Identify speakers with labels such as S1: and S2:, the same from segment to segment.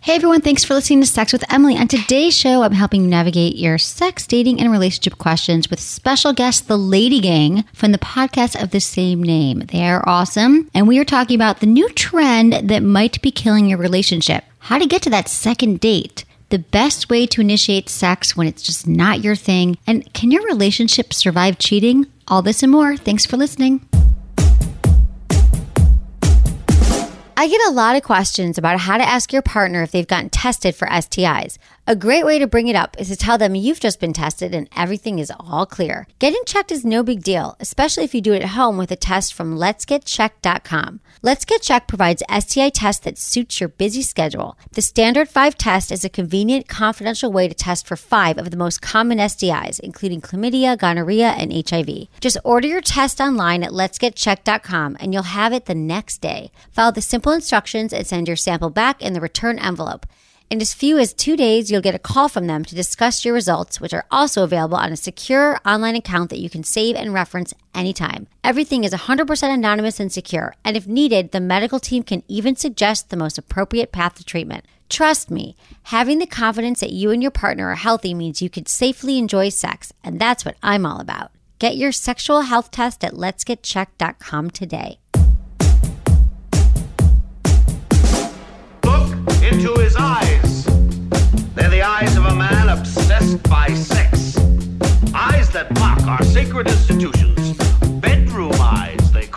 S1: Hey everyone, thanks for listening to Sex with Emily. On today's show, I'm helping you navigate your sex, dating, and relationship questions with special guest, the Lady Gang, from the podcast of the same name. They are awesome. And we are talking about the new trend that might be killing your relationship how to get to that second date, the best way to initiate sex when it's just not your thing, and can your relationship survive cheating? All this and more. Thanks for listening. I get a lot of questions about how to ask your partner if they've gotten tested for STIs. A great way to bring it up is to tell them you've just been tested and everything is all clear. Getting checked is no big deal, especially if you do it at home with a test from letsgetchecked.com. Let's Get Checked provides STI tests that suits your busy schedule. The standard 5 test is a convenient, confidential way to test for 5 of the most common STIs, including chlamydia, gonorrhea, and HIV. Just order your test online at letsgetchecked.com and you'll have it the next day. Follow the simple instructions and send your sample back in the return envelope. In as few as two days, you'll get a call from them to discuss your results, which are also available on a secure online account that you can save and reference anytime. Everything is 100% anonymous and secure, and if needed, the medical team can even suggest the most appropriate path to treatment. Trust me, having the confidence that you and your partner are healthy means you can safely enjoy sex, and that's what I'm all about. Get your sexual health test at letsgetchecked.com today.
S2: Look into his eyes. They're the eyes of a man obsessed by sex. Eyes that mock our sacred institutions. Bedroom eyes, they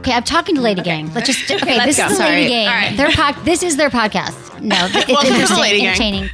S1: Okay, I'm talking to Lady Gang. Let's just okay. this
S3: Let's go.
S1: is the
S3: Sorry.
S1: Lady Gang.
S3: All right.
S1: Their pod. This is their podcast. No, it's
S3: Welcome to
S1: interesting,
S3: Lady Gang.
S1: entertaining.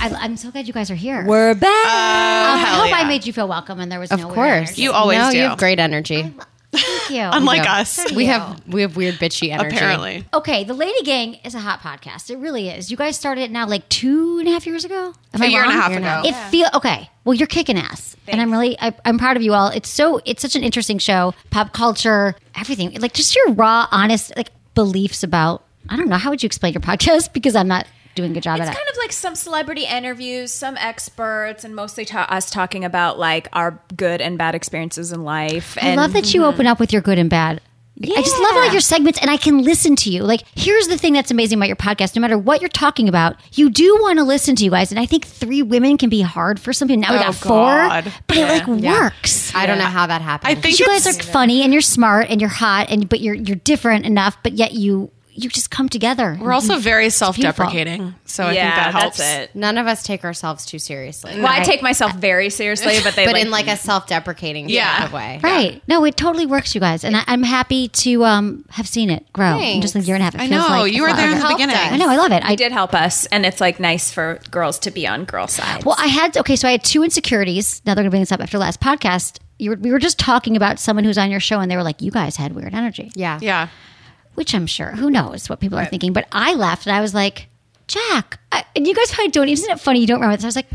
S1: I, I'm so glad you guys are here.
S4: We're back.
S1: Um, I
S3: Oh, hell
S1: hope I
S3: yeah.
S1: made you feel welcome, and there was no
S4: of
S1: weird
S4: course.
S1: energy. Um,
S3: You always
S4: no,
S3: do.
S4: You have great energy.
S1: Thank you.
S3: Unlike us,
S1: Thank
S4: We
S1: you.
S4: have we have weird bitchy energy.
S3: apparently.
S1: Okay, the Lady Gang is a hot podcast. It really is. You guys started it now like two and a half years ago. Am
S3: A
S1: I
S3: year and a
S1: wrong?
S3: half Year and a ago. half.
S1: It feel okay. Well, you're kicking ass, and I'm really I, I'm proud of you all. It's so it's such an interesting show. Pop culture, everything. Like just your raw, honest like beliefs about. I don't know how would you explain your podcast because I'm not doing a good job
S5: It's
S1: at
S5: kind of like some celebrity interviews, some experts, and mostly ta- us talking about like our good and bad experiences in life.
S1: it. I
S5: and
S1: love that you open up with your good and bad. I just love all
S5: Yeah.
S1: your segments and I can listen to you. Like, here's the thing that's amazing about your podcast. No matter what you're talking about, you do want to listen to you guys. And I think three women can be hard for some people. Now we
S3: Oh,
S1: got four.
S3: God.
S1: But it like works.
S4: I don't know how that happened.
S3: I think
S1: you
S3: it's-
S1: guys are funny and you're smart and you're hot and but you're you're different enough, but yet you you just come together.
S3: we're also very self-deprecating, so I
S5: yeah,
S3: think that helps.
S5: that's it.
S4: none of us take ourselves too seriously,
S5: Well, I take myself very seriously, but they
S4: but
S5: like,
S4: in like a self-deprecating
S3: Yeah.
S4: kind of way.
S1: Right. No, it totally works, you guys. And I, I'm happy to um, have seen it grow in just a year and a half. It
S3: I
S1: feels
S3: know,
S1: like a
S3: you were
S1: lot
S3: there in
S1: longer.
S3: the beginning.
S1: I know. I love it. I
S5: it did help us, and it's like nice for girls to be on girl side.
S1: Well, I had okay, so I had two insecurities. Now they're gonna bring this up after last podcast. You were, we were just talking about someone who's on your show, and they were like, "You guys had weird energy,"
S4: Yeah.
S3: Yeah,
S1: which I'm sure who knows what people are thinking. But I left, and I was like, "Jack," I, and you guys probably don't. Isn't it funny you don't remember this? I was like.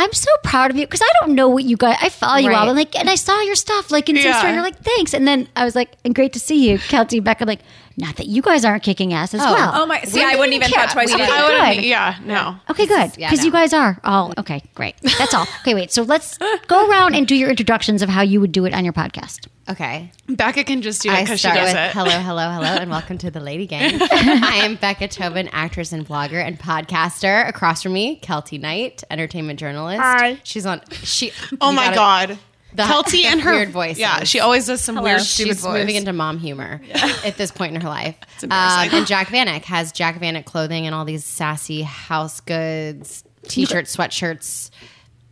S1: I'm so proud of you because I don't know what you guys. I follow you all,
S4: Right.
S1: and like, and I saw your stuff, like in some
S3: Yeah.
S1: story, and you're like, thanks. And then I was like, and great to see you, Kelsey, Becca. Like, not that you guys aren't kicking ass as well.
S5: oh my! See, I wouldn't even
S1: care.
S5: thought twice
S1: We
S5: about
S1: didn't
S5: it.
S1: care.
S3: I
S1: Good.
S3: would. Yeah, no.
S1: Okay, good. Because
S4: yeah,
S1: you
S4: no.
S1: guys are all okay. Great. That's all. Okay, wait. So let's go around and do your introductions of how you would do it on your podcast.
S4: Okay.
S3: Becca can just do it
S4: I
S3: because she
S4: start
S3: does
S4: with
S3: it.
S4: hello, hello, hello, and welcome to the Lady Gang. I am Becca Tobin, actress and blogger and podcaster. Across from me, Kelty Knight, entertainment journalist.
S6: Hi.
S4: She's on. She.
S3: Oh
S4: you
S3: my
S4: gotta-
S3: god,
S4: the-
S3: Kelty and her
S4: weird voices.
S3: Yeah, she always does some weird, stupid
S4: She's
S3: voice.
S4: moving into mom humor at this point in her life. Um,
S3: embarrassing.
S4: and Jack Vanek has Jack Vanek clothing and all these sassy house goods, t-shirts, sweatshirts.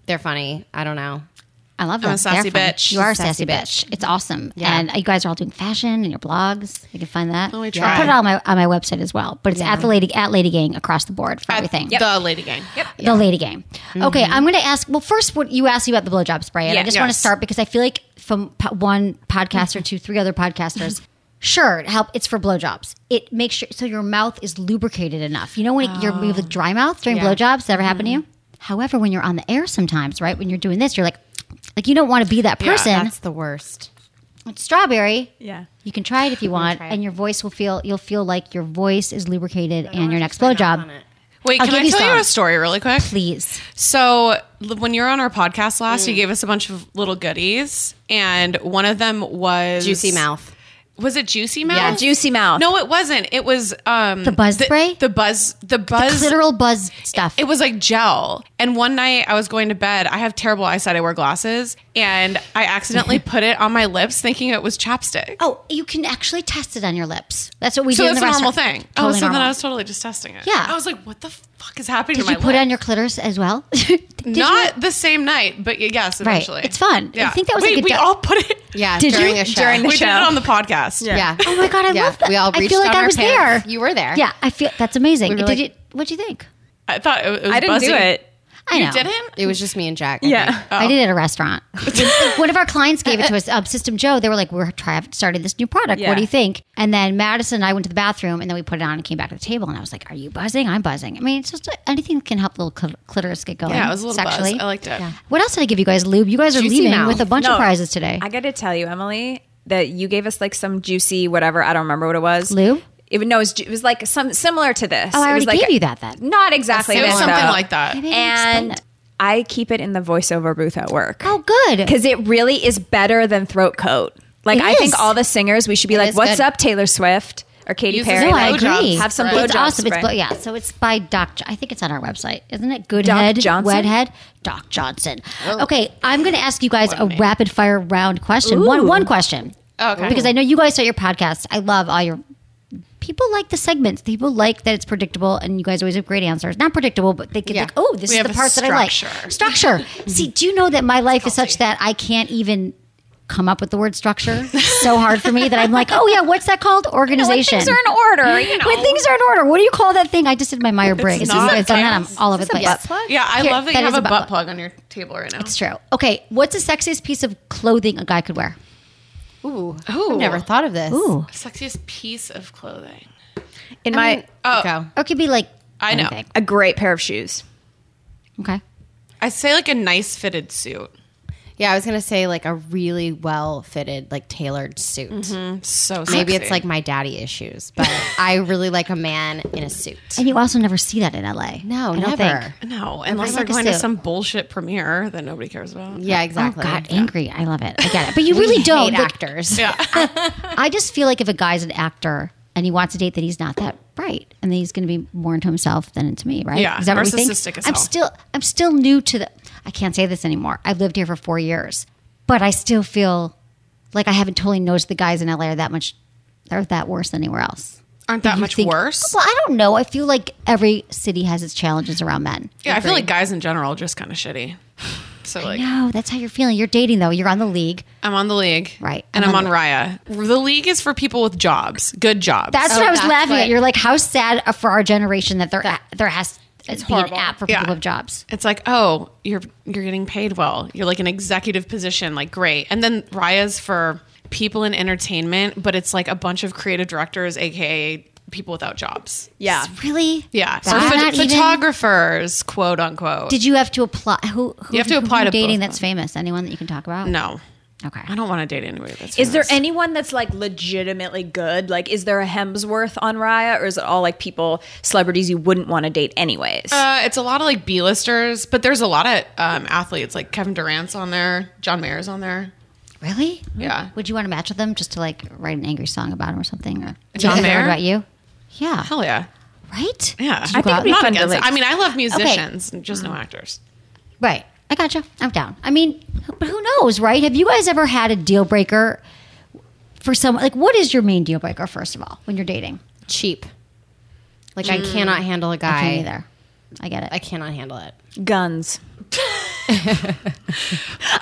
S4: They're funny. I don't know.
S1: I love that.
S3: a sassy
S1: They're fun.
S3: bitch.
S1: You are a sassy,
S4: Sassy
S1: bitch. It's awesome.
S4: Yeah.
S1: And you guys are all doing fashion and your blogs. You can find that.
S3: we
S1: I'll
S3: try.
S1: put it on my on my website as well. But it's at the lady at Lady Gang across the board for everything.
S3: the Lady Gang. Yep.
S1: The lady game. Okay, I'm going to ask. Well, first, what you asked me about the blowjob spray, and I
S5: Yeah.
S1: just want to
S3: Yes.
S1: start because I feel like from po- one podcaster to three other podcasters, sure, it help. It's for blowjobs. It makes sure so your mouth is lubricated enough. You know when it, you're you have a dry mouth during blowjobs. That ever happened to you? However, when you're on the air, sometimes right when you're doing this, you're like. Like you don't want to be that person.
S4: That's the worst.
S1: It's strawberry.
S5: Yeah.
S1: You can try it if you want,
S4: try it.
S1: and your voice will feel. You'll feel like your voice is lubricated, and your next blowjob.
S3: Wait,
S1: I'll
S3: can
S1: give
S3: I
S1: you
S3: tell you
S1: some.
S3: a story really quick?
S1: Please, Mm.
S3: So l- when you were on our podcast last, you gave us a bunch of little goodies, and one of them was
S4: Juicy mouth.
S3: Was it juicy mouth?
S5: Yeah, Juicy Mouth.
S3: No, it wasn't. It was um
S1: The buzz spray?
S3: The buzz. The buzz.
S1: clitoral buzz stuff.
S3: It was like gel. And one night I was going to bed. I have terrible eyesight. I wear glasses, and I accidentally put it on my lips, thinking it was chapstick.
S1: oh, you can actually test it on your lips. That's what we
S3: so
S1: do.
S3: that's
S1: in the
S3: a normal
S1: restaurant.
S3: thing. oh,
S1: Totally
S3: so
S1: normal.
S3: then I was totally just testing it.
S1: Yeah.
S3: I was like, what the fuck is happening
S1: Did
S3: to
S1: you
S3: my
S1: put it
S3: lip?
S1: on your clitoris as well? Did you-
S3: Not the same night, but y- yes,
S1: Right.
S3: eventually.
S1: It's fun. I think that was,
S3: Wait,
S1: like, a
S3: we
S1: du-
S3: all put it.
S4: Yeah,
S1: Did
S4: during
S1: you-
S4: a show.
S5: during the
S3: we did
S5: show.
S3: it on the podcast.
S4: yeah.
S1: Oh my god, I
S4: yeah.
S1: love that.
S4: We all reached
S1: I feel like
S4: down
S1: I
S4: our
S1: was
S4: pants.
S1: there.
S4: You were there.
S1: Yeah, I feel that's amazing.
S4: We were
S1: Did
S4: like-
S1: you? What do you think?
S3: I thought it, was
S5: I didn't
S3: buzzy.
S5: do it.
S1: I know.
S3: You Oh. didn't?
S4: It was just me and Jack. I think.
S5: Yeah.
S1: I did it at a restaurant. One of our clients gave it to us, um, System Joe. They were like, "We're try- starting this new product. What
S5: Yeah.
S1: do you think?" And then Madison and I went to the bathroom, and then we put it on and came back to the table, and I was like, "Are you buzzing? I'm buzzing. I mean, it's just anything that can help little cl- clitoris get going.
S3: Yeah, it was a little
S1: sexually.
S3: buzz. I liked it.
S1: What else did I give you guys? Lube. You guys are leaving
S4: mouth.
S1: with a bunch of
S5: No.
S1: prizes today.
S5: I got to tell you, Emily, that you gave us like some juicy whatever. I don't remember what it was.
S1: Lube?
S5: It, no, it was, ju- it was like some similar to this.
S1: oh, I
S5: It
S1: already
S5: was like
S1: gave
S5: a-
S1: you that. Then
S5: Not exactly.
S3: It was
S5: this,
S3: something
S5: though.
S3: like that.
S1: Maybe I didn't explain
S5: And
S1: it.
S5: I keep it in the voiceover booth at work.
S1: oh, good.
S5: because it really is better than throat coat. Like
S1: It
S5: I
S1: is.
S5: think all the singers, we should be like,
S4: is
S5: "What's
S4: good.
S5: up, Taylor Swift or Katy
S3: Use the
S5: Perry?"
S1: No, I
S5: Like,
S1: agree.
S5: Have some
S1: It's
S5: blowjob
S1: awesome. It's
S5: spray.
S1: blo- yeah. So it's by Doc. Jo- I think it's on our website, isn't it? Goodhead,
S5: Johnson? Oh.
S1: Wedhead, Doc Johnson. Okay, I'm going to ask you guys a rapid fire round question. One one question.
S3: Oh, Okay.
S1: Because I know you guys start your podcast. I love all your people like the segments. People like that it's predictable, and you guys always have great answers. Not predictable, but they get
S4: Yeah.
S1: like, oh, this
S3: We
S1: is
S3: have
S1: the
S3: a
S1: part that I like.
S3: structure.
S1: Structure. See, do you know that my life is such that I can't even. Come up with the word structure. It's so hard for me that I'm like, oh yeah, what's that called? Organization.
S5: Things are in order. You know.
S1: When things are in order, what do you call that thing? I just did my Meyer Briggs.
S3: It's
S1: You
S3: not
S1: guys done that? I'm
S3: buttons.
S1: all over the place.
S3: Yeah, I
S1: Here,
S3: love that,
S1: that
S3: you
S1: is
S3: have
S1: a
S3: a
S1: butt
S3: butt,
S1: plug.
S3: plug on your table right now.
S1: It's true. Okay, what's the sexiest piece of clothing a guy could wear?
S4: Ooh. I've never thought of this.
S1: Ooh,
S3: Sexiest piece of clothing.
S5: In
S4: I
S5: my
S4: mean,
S3: Oh.
S4: go.
S1: or it could be like
S3: I know.
S1: anything.
S5: a great pair of shoes.
S1: Okay,
S3: I say like a nice fitted suit.
S4: Yeah, I was gonna say like a really well fitted, like tailored suit.
S3: Mm-hmm. Mm, So
S4: Maybe
S3: sexy.
S4: it's like my daddy issues, but I really like a man in a suit.
S1: and you also never see that in LA.
S4: No,
S1: I don't
S4: never.
S1: Think.
S3: no, unless
S1: like
S3: they're
S1: a
S3: going to
S1: suit.
S3: some bullshit premiere that nobody cares about.
S4: Yeah,
S1: Oh
S4: exactly.
S1: God, angry. I love it. I get it. But you
S4: We
S1: really don't.
S4: hate
S1: Like,
S4: actors.
S1: I just feel like if a guy's an actor and he wants a date, that he's not that bright, and then he's going to be more into himself than into me, right?
S3: Yeah,
S1: is that what we think?
S3: narcissistic as
S1: I'm
S3: hell.
S1: still, I'm still new to the. I can't say this anymore. I've lived here for four years, but I still feel like I haven't totally noticed the guys in LA are that much, they're that worse than anywhere else.
S3: Aren't that much
S1: think-
S3: worse?
S1: Well, I don't know. I feel like every city has its challenges around men.
S3: yeah, I feel like guys in general are just kind of shitty. So like,
S1: No, that's how you're feeling. You're dating though. You're on the league.
S3: I'm on the league,
S1: Right.
S3: And
S1: I'm on
S3: I'm, on Raya. The league is for people with jobs, good jobs.
S1: That's what I was
S4: that's
S1: laughing
S4: what-
S1: at. You're like, how sad for our generation that there there has to be an
S4: horrible.
S1: app for
S3: Yeah.
S1: people with jobs.
S3: It's like, oh, you're you're getting paid well. You're like an executive position, like great. And then Raya's for people in entertainment, but it's like a bunch of creative directors, aka people without jobs.
S5: Yeah,
S1: Really?
S3: Yeah. So
S1: That's
S3: pho-
S1: not even-
S3: photographers, quote unquote.
S1: Did you have to apply? Who, who
S3: You have to
S1: who
S3: apply
S1: are you
S3: to
S1: dating
S3: both
S1: that's
S3: of
S1: famous? Anyone that you can talk about?
S3: no.
S1: Okay.
S3: I don't want to date anybody that's
S5: Is there
S3: famous.
S5: anyone that's like legitimately good? Like, is there a Hemsworth on Raya, or is it all like people, celebrities you wouldn't want to date anyways?
S3: uh, it's a lot of like B-listers, but there's a lot of um, athletes like Kevin Durant's on there, John Mayer's on there.
S1: Really?
S3: Yeah.
S1: Would you want to match with them just to like write an angry song about him or something? Or
S3: John
S1: Is that
S3: Mayer?
S1: about you? Yeah.
S3: Hell yeah.
S1: Right?
S3: Yeah.
S1: Did you go
S5: I think
S1: out-
S5: it'd be
S3: Not
S5: fun to
S3: against-
S5: like. Mm.
S3: I mean, I love musicians, just no actors.
S1: Right. I gotcha. I'm down. I mean, who- but who knows, right? Have you guys ever had a deal breaker for someone? Like, what is your main deal breaker, first of all, when you're dating?
S4: Cheap. Like I cannot handle a guy.
S1: I can't either. I get it.
S4: I cannot handle it.
S5: guns. I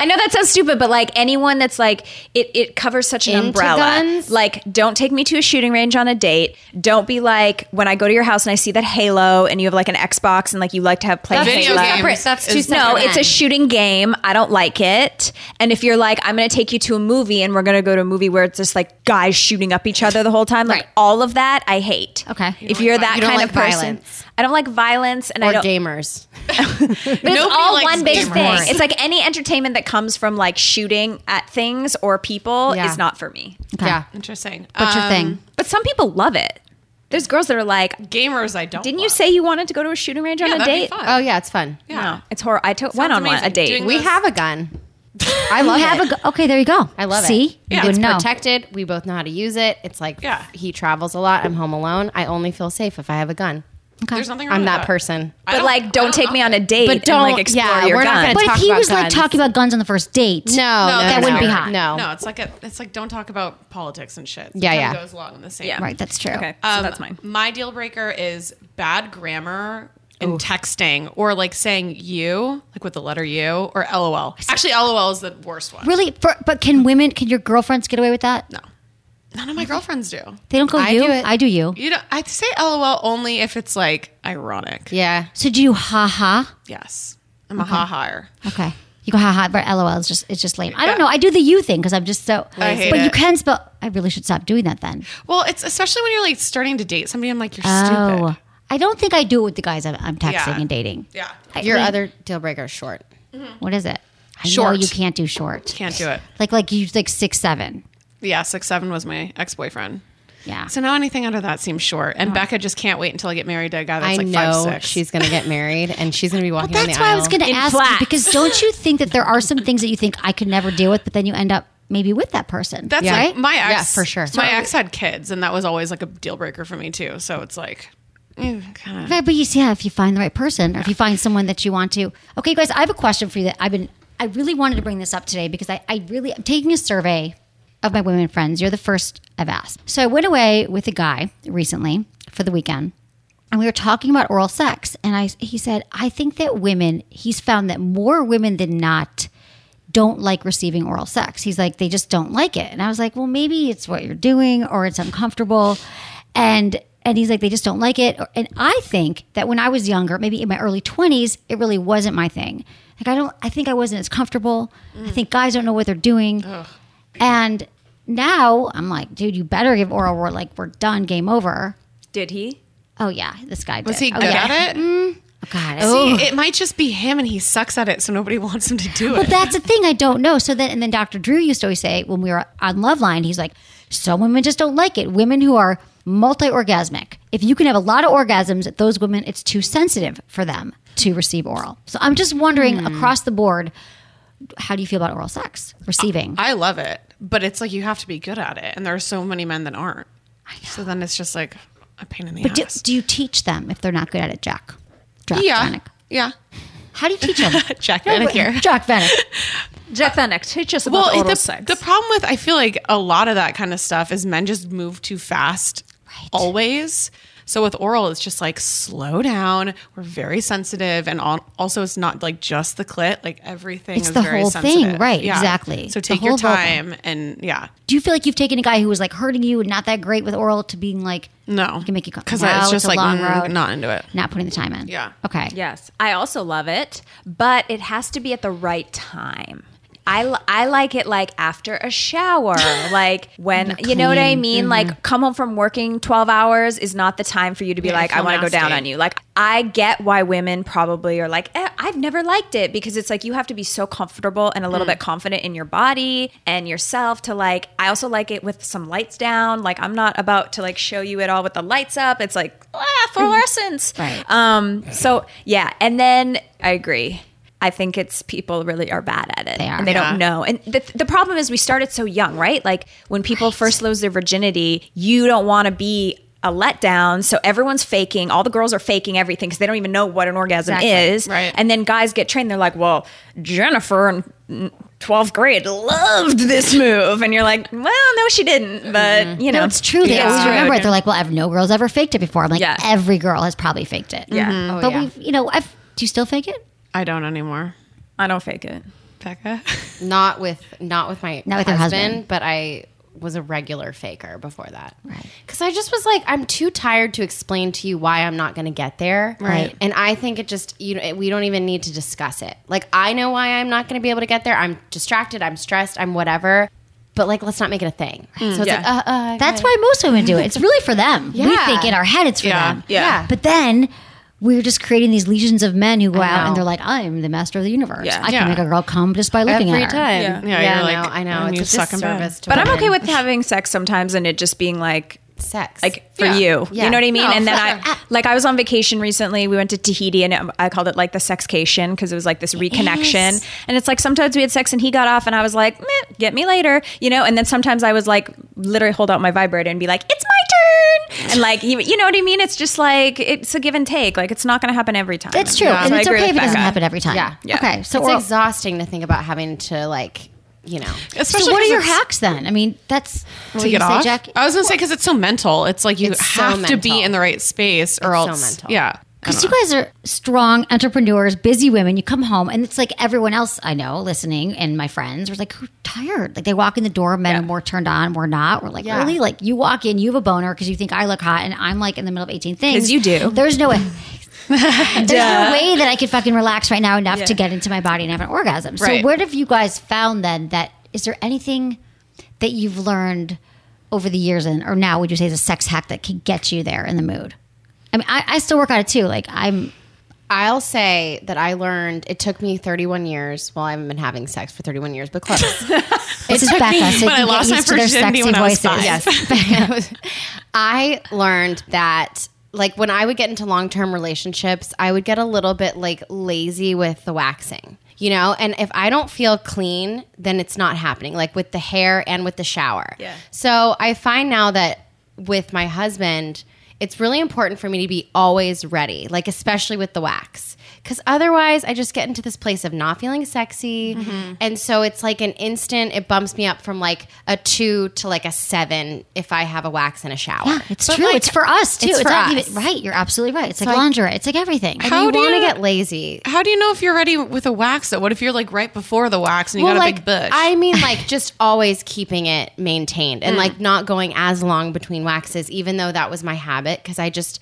S5: know that sounds stupid, but like anyone that's like it, it covers such an
S4: Into
S5: umbrella.
S4: guns?
S5: Like, don't take me to a shooting range on a date. Don't be like when I go to your house and I see that Halo and you have like an Xbox and like you like to have play
S4: That's
S5: Halo.
S3: Video too games separate. That's
S4: too is- separate
S5: No, it's a
S4: then.
S5: shooting game. I don't like it. And if you're like, I'm going to take you to a movie and we're going to go to a movie where it's just like guys shooting up each other the whole time, like
S1: Right.
S5: all of that, I hate.
S1: Okay. You
S5: if
S1: don't
S5: you're
S3: like vi-
S5: that
S4: you don't
S5: kind
S4: like
S5: of person,
S4: violence.
S5: I don't like violence, and I
S4: Or
S5: don't.
S4: gamers.
S5: But it's
S3: Nobody
S5: all
S3: likes
S5: one big
S3: gamer
S5: thing.
S3: porn.
S5: It's like any entertainment that comes from like shooting at things or people
S4: Yeah.
S5: is not for me.
S4: Yeah. Um,
S3: Interesting. Um,
S1: What's your thing?
S5: But some people love it. There's girls that are like,
S3: Gamers, I don't.
S5: didn't you
S3: love.
S5: say you wanted to go to a shooting range
S3: Oh, Yeah,
S5: on a
S3: that'd be
S5: date?
S3: fun.
S4: Oh yeah, it's fun.
S3: Yeah.
S5: No, it's horrible. I took went on one a
S3: amazing.
S5: date.
S3: Doing-
S4: We
S3: Yes.
S4: have a gun. I love
S1: you have
S4: it.
S1: a go- okay. There you go.
S4: I love it.
S1: See,
S3: Yeah,
S1: you
S3: it's
S1: wouldn't know.
S4: Protected. We both know how to use it. It's like
S3: Yeah.
S4: he travels a lot. I'm home alone. I only feel safe if I have a gun.
S3: There's nothing wrong
S4: I'm
S3: with
S4: that
S3: that
S4: person.
S3: I
S5: but like, don't take me on a date
S4: But
S5: and
S4: don't-
S5: like explore
S4: yeah,
S5: your
S4: we're not
S5: gun.
S4: gonna
S1: but if
S4: talk
S1: he
S4: about
S1: was like
S4: guns.
S1: talking about guns on the first date,
S4: No, no,
S3: that's
S1: that wouldn't be
S3: weird.
S1: hot.
S4: No.
S3: No, it's like a, it's like don't talk about politics and shit. It
S4: Yeah,
S3: kinda
S4: yeah.
S3: Goes along in the same.
S5: Yeah.
S1: right? That's true.
S5: okay, so that's mine.
S3: Um, My deal breaker is bad grammar in texting or like saying you, like with the letter U or LOL. Actually, LOL is the worst one.
S1: Really, for, but can women? Can your girlfriends get away with that?
S3: No. None of my girlfriends do.
S1: They don't go
S4: I
S1: you.
S4: do it.
S1: I do you.
S3: You know, I say LOL only if it's like ironic.
S4: Yeah.
S1: So do you? Ha ha.
S3: Yes. I'm a ha hire.
S1: Okay. You go ha ha, but LOL is just it's just lame. I don't know. I do the you thing because I'm just so.
S3: I hate
S1: but you
S3: it.
S1: can spell. I really should stop doing that then.
S3: Well, it's especially when you're like starting to date somebody. I'm like, you're
S1: Oh,
S3: stupid.
S1: I don't think I do it with the guys I'm, I'm texting
S3: Yeah.
S1: and dating.
S3: Yeah.
S1: I-
S4: Your
S1: like,
S4: other deal breaker is short.
S1: What is it? I
S3: Short.
S1: know you can't do short.
S3: Can't do it.
S1: Like like you like six seven.
S3: Yeah. Six seven was my ex boyfriend.
S1: Yeah.
S3: So now anything under that seems short. And Becca just can't wait until I get married to a guy that's
S4: I
S3: like
S4: know
S3: five six.
S4: she's gonna get married and she's gonna be walking down
S1: That's
S4: the
S1: why I
S4: aisle.
S1: was going to
S5: In
S1: ask you
S5: flats.
S1: because don't you think that there are some things that you think I could never deal with, but then you end up maybe with that person.
S3: That's
S1: right.
S3: like my ex.
S4: Yeah, for sure.
S3: My ex had kids, and that was always like a deal breaker for me too. So it's like, mm, kinda-
S1: Right, but you see, yeah, if you find the right person, or if you find someone that you want to. Okay, guys, I have a question for you that I've been. I really wanted to bring this up today because I, I really am taking a survey of my women friends. You're the first I've asked. So I went away with a guy recently for the weekend, and we were talking about oral sex, and I he said I think that women. He's found that more women than not don't like receiving oral sex. He's like, they just don't like it. And I was like, well, maybe it's what you're doing or it's uncomfortable. And and he's like, they just don't like it. Or- And I think that when I was younger, maybe in my early 20s, it really wasn't my thing. Like, I don't, I think I wasn't as comfortable. I think guys don't know what they're doing. And now I'm like, dude, you better give oral. We're like, we're done, game over.
S5: Did he?
S1: Oh, yeah, this guy did.
S3: was he
S1: oh,
S3: good
S1: yeah.
S3: at it?
S1: Oh, God.
S3: See, it might just be him, and he sucks at it, so nobody wants him to do it.
S1: That's the thing I don't know. So then, and then Dr. Drew used to always say when we were on Love Line, he's like, some women just don't like it. Women who are multi orgasmic. If you can have a lot of orgasms, those women, it's too sensitive for them to receive oral. So I'm just wondering
S3: Hmm.
S1: across the board, how do you feel about oral sex receiving?
S3: I love it, but it's like you have to be good at it, and there are so many men that aren't. So then it's just like a pain in the
S1: do,
S3: ass.
S1: do you teach them if they're not good at it, Jack? Jack
S3: yeah,
S1: Vanek.
S3: yeah.
S1: How do you teach them?
S3: Jack Vanek here.
S1: Jack Vanek.
S5: Jack Vanek, teach us about
S3: uh, Well,
S5: oral
S3: the,
S5: sex.
S3: the problem with I feel like a lot of that kind of stuff is men just move too fast always. So with oral, it's just like slow down. We're very sensitive, and al- also it's not like just the clit. Like everything
S1: It's
S3: is
S1: the
S3: very
S1: whole thing,
S3: sensitive.
S1: right, exactly.
S3: So
S1: The
S3: take your
S1: whole vulva.
S3: time, and yeah,
S1: Do you feel like you've taken a guy who was like hurting you and not that great with oral to being like,
S3: no,
S1: It can make you com-
S3: because
S1: Wow,
S3: it's
S1: it's
S3: just
S1: a
S3: like
S1: long
S3: mm,
S1: road.
S3: not into it.
S1: not putting the time in?
S3: Yeah.
S1: Okay.
S5: Yes, I also love it, but it has to be at the right time. I, l- I like it like after a shower, like when you know what I mean. Like come home from working twelve hours is not the time for you to be
S3: Yeah,
S5: like I
S3: I feel
S5: want to go down
S3: nasty.
S5: on you. Like I get why women probably are like eh, I've never liked it because it's like you have to be so comfortable and a little bit confident in your body and yourself to like. I also like it with some lights down. Like I'm not about to like show you it all with the lights up. It's like ah fluorescence.
S1: Right.
S5: Um, so yeah, and then I agree. I think it's people really are bad at it,
S1: They are.
S5: and they
S3: Yeah.
S5: don't know. And the, the problem is we started so young, right? Like when people first lose their virginity, you don't want to be a letdown. So everyone's faking. All the girls are faking everything because they don't even know what an orgasm
S1: Exactly.
S5: is.
S3: Right.
S5: And then guys get trained. They're like, "Well, Jennifer in mm, 12th grade loved this move," and you're like, "Well, no, she didn't." But you know,
S1: No, it's true. They
S5: Yeah.
S1: always
S5: Mm-hmm. It's
S1: remember
S5: rude.
S1: it. They're like, well, I've, no girl's ever faked it before. I'm like,
S5: Yeah.
S1: every girl has probably faked it.
S5: Yeah,
S3: Mm-hmm.
S4: Oh,
S1: But
S4: yeah.
S1: we've, you know, I've, do you still fake it?
S3: I don't anymore,
S5: I don't fake it.
S3: Becca.
S4: not with not with my
S1: Not with your
S4: husband,
S1: husband.
S4: but I was a regular faker before that.
S1: Right.
S4: Cuz I just was like I'm too tired to explain to you why I'm not going to get there.
S1: Right.
S4: And I think it just you know it, we don't even need to discuss it. Like I know why I'm not going to be able to get there. I'm distracted, I'm stressed, I'm whatever. But like let's not make it a thing. So it's
S5: Yeah.
S4: like uh uh
S1: That's why most women do it. It's really for them. We
S4: Yeah.
S1: think in our head it's for
S3: Yeah.
S1: them.
S5: Yeah.
S1: But then we're just creating these legions of men who go out and they're like, I'm the master of the universe.
S5: Yeah.
S1: I
S3: Yeah.
S1: can make a girl come just by looking
S4: Every
S1: at her.
S4: time.
S5: Yeah.
S3: Yeah, you're
S4: I know,
S3: like,
S4: I know.
S3: "Mm,
S4: It's
S3: you
S4: a
S3: suck in bed."
S4: disservice to
S5: But I'm
S4: women.
S5: okay with having sex sometimes and it just being like
S4: sex.
S5: like for
S3: Yeah.
S5: you.
S1: Yeah.
S5: You know what I mean?
S3: No,
S5: and then
S3: for
S5: I
S1: Ah.
S3: sure.
S5: like I was on vacation recently. We went to Tahiti and I called it like the sexcation because it was like this reconnection.
S1: is.
S5: And it's like sometimes we had sex and he got off and I was like, Meh, get me later, you know. And then sometimes I was like, literally hold out my vibrator and be like, it's my turn, and like you, you know what I mean? It's just like it's a give and take. Like it's not going to happen every time.
S1: That's true.
S5: So
S1: And
S5: I
S1: it's
S5: agree
S1: okay if
S5: with
S1: it doesn't
S5: Becca.
S1: happen every time.
S4: Yeah. Yeah.
S1: Okay. So,
S4: it's
S1: we're-
S4: exhausting to think about having to like, you know.
S1: so
S3: Especially
S1: what are
S3: 'cause
S1: your
S3: it's-
S1: hacks then? I mean, that's what
S3: to
S1: you
S3: get
S1: say,
S3: off.
S1: Jack.
S3: I was gonna say because it's so mental. It's like you
S4: It's so
S3: have to be
S4: mental.
S3: in the right space or
S4: It's so
S3: else.
S4: mental.
S3: Yeah,
S1: Because you guys are strong entrepreneurs, busy women. You come home, and it's like everyone else I know listening and my friends were like, who tired? Like they walk in the door, men are more turned on, we're not. We're like,
S4: Yeah.
S1: really? Like you walk in, you have a boner because you think I look hot, and I'm like in the middle of 18 things.
S5: 'Cause you do.
S1: There's no way. There's no way that I could fucking relax right now enough to get into my body and have an orgasm. So,
S3: Right.
S1: what have you guys found then? That is there anything that you've learned over the years, and or now would you say is a sex hack that can get you there in the mood? I mean, I, I still work on it too. Like I'm
S4: I'll say that I learned it took me 31 years. Well, I haven't been having sex for 31 years, but close.
S1: This is Becca, so you
S3: when I
S1: can get
S3: lost my
S1: used to their
S3: virginity
S1: sexy
S3: when I was
S1: voices.
S3: five.
S1: Yes.
S4: I learned that like when I would get into long term relationships, I would get a little bit like lazy with the waxing. You know, and if I don't feel clean, then it's not happening, like with the hair and with the shower. Yeah. So I find now that with my husband, it's really important for me to be always ready, like especially with the wax. Because otherwise, I just get into this place of not feeling sexy.
S1: Mm-hmm.
S4: And so it's like an instant, it bumps me up from like a two to like a seven if I have a wax and a shower.
S1: Yeah, it's
S4: But,
S1: true.
S4: like,
S1: it's for us too.
S4: It's, for
S1: not
S4: us.
S1: even- right. You're absolutely right. It's like
S4: I-
S1: lingerie. It's like everything.
S4: How you
S3: do
S4: want to
S3: you-
S4: get lazy.
S3: How do you know if you're ready with a wax though? What if you're like right before the wax and you got a
S4: like,
S3: big bush?
S4: I mean, like just always keeping it maintained
S1: Mm.
S4: and like not going as long between waxes, even though that was my habit because I just.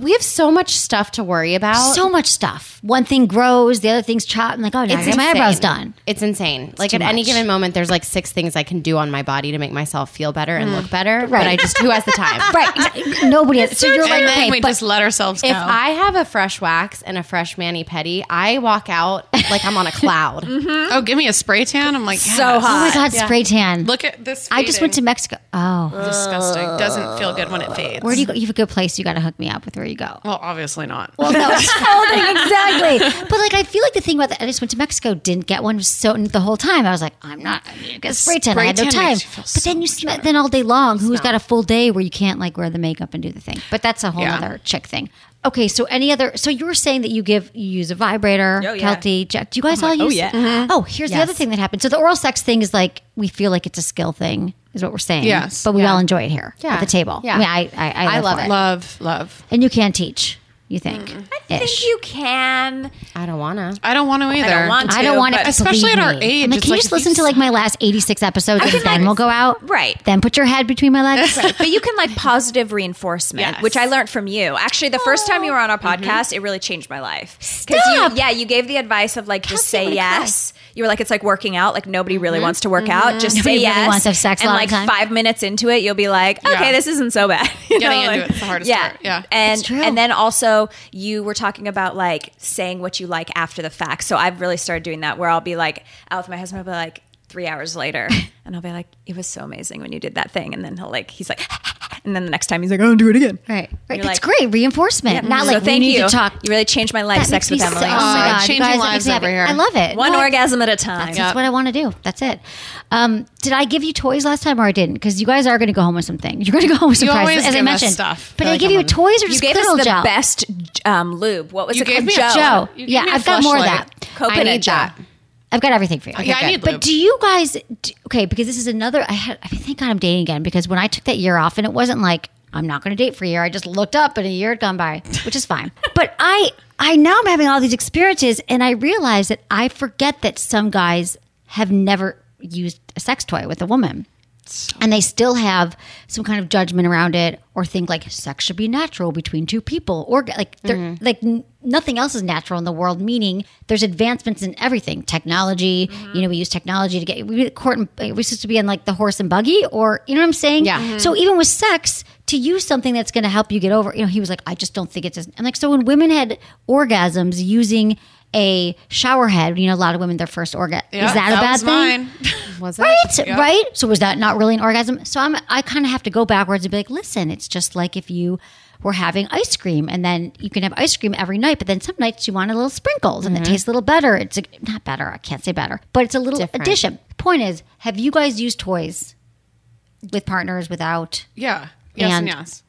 S4: We have so much stuff to worry about.
S1: so much stuff. One thing grows, the other thing's chopped. I'm like, oh, now I
S4: It's
S1: get my
S4: insane.
S1: eyebrows done.
S4: It's insane. like
S1: too
S4: at any
S1: much.
S4: given moment, there's like six things I can do on my body to make myself feel better and
S3: Mm.
S4: look better. But I just who has the time?
S1: Right. Nobody. so you're
S3: and
S1: like,
S3: then
S1: okay,
S3: we
S1: but
S3: just let ourselves go.
S4: If I have a fresh wax and a fresh mani pedi, I walk out like I'm on a cloud.
S3: oh, give me a spray tan. I'm like
S5: So
S3: yes.
S1: oh
S5: hot.
S1: my god, spray tan.
S3: Look at this.
S1: I just went to
S3: fading.
S1: Mexico. Oh,
S3: disgusting. Doesn't feel good when it fades.
S1: where do you go? You have a good place. You got to hook me up with where you go.
S3: Well, obviously not.
S1: No, it's folding exactly. But like, I feel like the thing about that, I just went to Mexico, didn't get one. So and the whole time, I was like, I'm not I need to get a spray tan. I
S3: Spray
S1: had no
S3: tan
S1: time.
S3: makes you feel
S1: But
S3: so
S1: then you sm- then all day long, who's got a full day where you can't like wear the makeup and do the thing? But that's a whole
S3: Yeah.
S1: other chick thing. Okay, so any other? So you were saying that you give you use a vibrator,
S5: Oh, yeah.
S1: Kelty, Jack. Do you guys all use?
S5: oh, yeah.
S1: Oh, here's the other thing that happened. So the oral sex thing is like we feel like it's a skill thing, is what we're saying.
S3: Yes.
S1: but we all enjoy it here
S4: Yeah.
S1: at the table.
S4: Yeah.
S1: I mean, I I, I,
S4: love
S1: for
S4: it.
S3: Love, love.
S1: and you can teach. You think?
S5: I think you can.
S4: I don't wanna.
S3: I don't want to either.
S5: I don't want to.
S1: I don't want
S5: but-
S1: to,
S3: Especially at our age,
S1: I'm like,
S3: it's
S1: can you
S3: like,
S1: just listen to like my last 86 episodes and
S5: can,
S1: then
S5: like,
S1: we'll go out?
S5: right.
S1: Then put your head between my legs.
S5: but you can like positive reinforcement,
S3: Yes.
S5: which I learned from you. Actually, the first time you were on our podcast, it really changed my life. Because you,
S1: Mm-hmm. Stop.
S5: yeah, you gave the advice of like just
S1: Kelsey, I'm
S5: say
S1: gonna
S5: yes. You were like, it's like working out. Like nobody really wants to work out.
S1: Mm-hmm.
S5: Just
S1: Nobody
S5: say
S1: really
S5: yes.
S1: wants to have sex a
S5: and
S1: lot
S5: like
S1: of time.
S5: five minutes into it, you'll be like, okay,
S3: Yeah.
S5: this isn't so bad. You
S3: Getting into it's the hardest
S5: yeah.
S3: part. Yeah.
S5: and
S1: It's true.
S5: and then also you were talking about like saying what you like after the fact. So I've really started doing that where I'll be like out with my husband, I'll be like. Three hours later, and I'll be like, "It was so amazing when you did that thing." And then he'll like, he's like, and then the next time he's like, "I don't do it again."
S1: Right. right.
S5: You're
S1: That's
S5: like-
S1: great reinforcement. Not
S5: So
S1: like we
S5: thank
S1: need
S5: you.
S1: to talk.
S5: You really changed my life.
S1: That
S5: Sex with
S1: makes me
S5: Emily.
S1: So, oh my
S3: Oh,
S1: god,
S3: changing
S1: you guys, that
S3: lives
S1: makes me happy.
S3: over here.
S1: I love it.
S5: One
S1: No, I-
S5: orgasm at a time.
S1: That's what I want to do. That's it. Um, did I give you toys last time or I didn't? Because you guys are going to go home with something. You're going to go home with surprises,
S3: always
S1: as I
S3: give us
S1: mentioned.
S3: stuff.
S1: But
S3: Feel
S1: I
S3: like
S1: give
S3: I'm
S1: you
S3: on-
S1: toys or
S5: You
S1: just
S5: gave us
S1: Clittle
S5: the
S1: gel.
S5: best um, lube. What was
S3: You
S5: it
S3: gave
S5: called?
S3: me a
S5: Joe.
S1: Joe.
S3: You gave
S1: Yeah,
S3: me a
S1: I've got more of
S3: flashlight.
S1: that.
S4: I need that.
S1: I've got everything for you.
S3: Yeah, I
S1: good.
S3: need
S1: But
S3: lube.
S1: do you guys? d okay, because this is another. I had. I think I'm dating again because when I took that year off, and it wasn't like I'm not going to date for a year. I just looked up, and a year had gone by, which is fine. but I, I now I'm having all these experiences, and I realize that I forget that some guys have never used a sex toy with a woman. and they still have some kind of judgment around it or think like sex should be natural between two people or like they're like n- nothing else is natural in the world meaning there's advancements in everything technology you know we use technology to get we court and, we supposed to be in like the horse and buggy or you know what i'm saying
S4: Yeah. Mhm.
S1: so even with sex to use something that's going to help you get over you know he was like i just don't think it's as i'm like so when women had orgasms using a shower head you know a lot of women their first orgasm is that, a bad
S3: was
S1: thing
S3: mine.
S4: Was it?
S1: Right, right. So was that not really an orgasm? So I'm, I kind of have to go backwards and be like, listen, it's just like if you were having ice cream, and then you can have ice cream every night, but then some nights you want a little sprinkles, and it tastes a little better. It's a, not better. I can't say better, but it's a little
S4: Different.
S1: addition. Point is, have you guys used toys with partners? Without
S3: Yeah. Yes
S1: And-
S3: and, yes.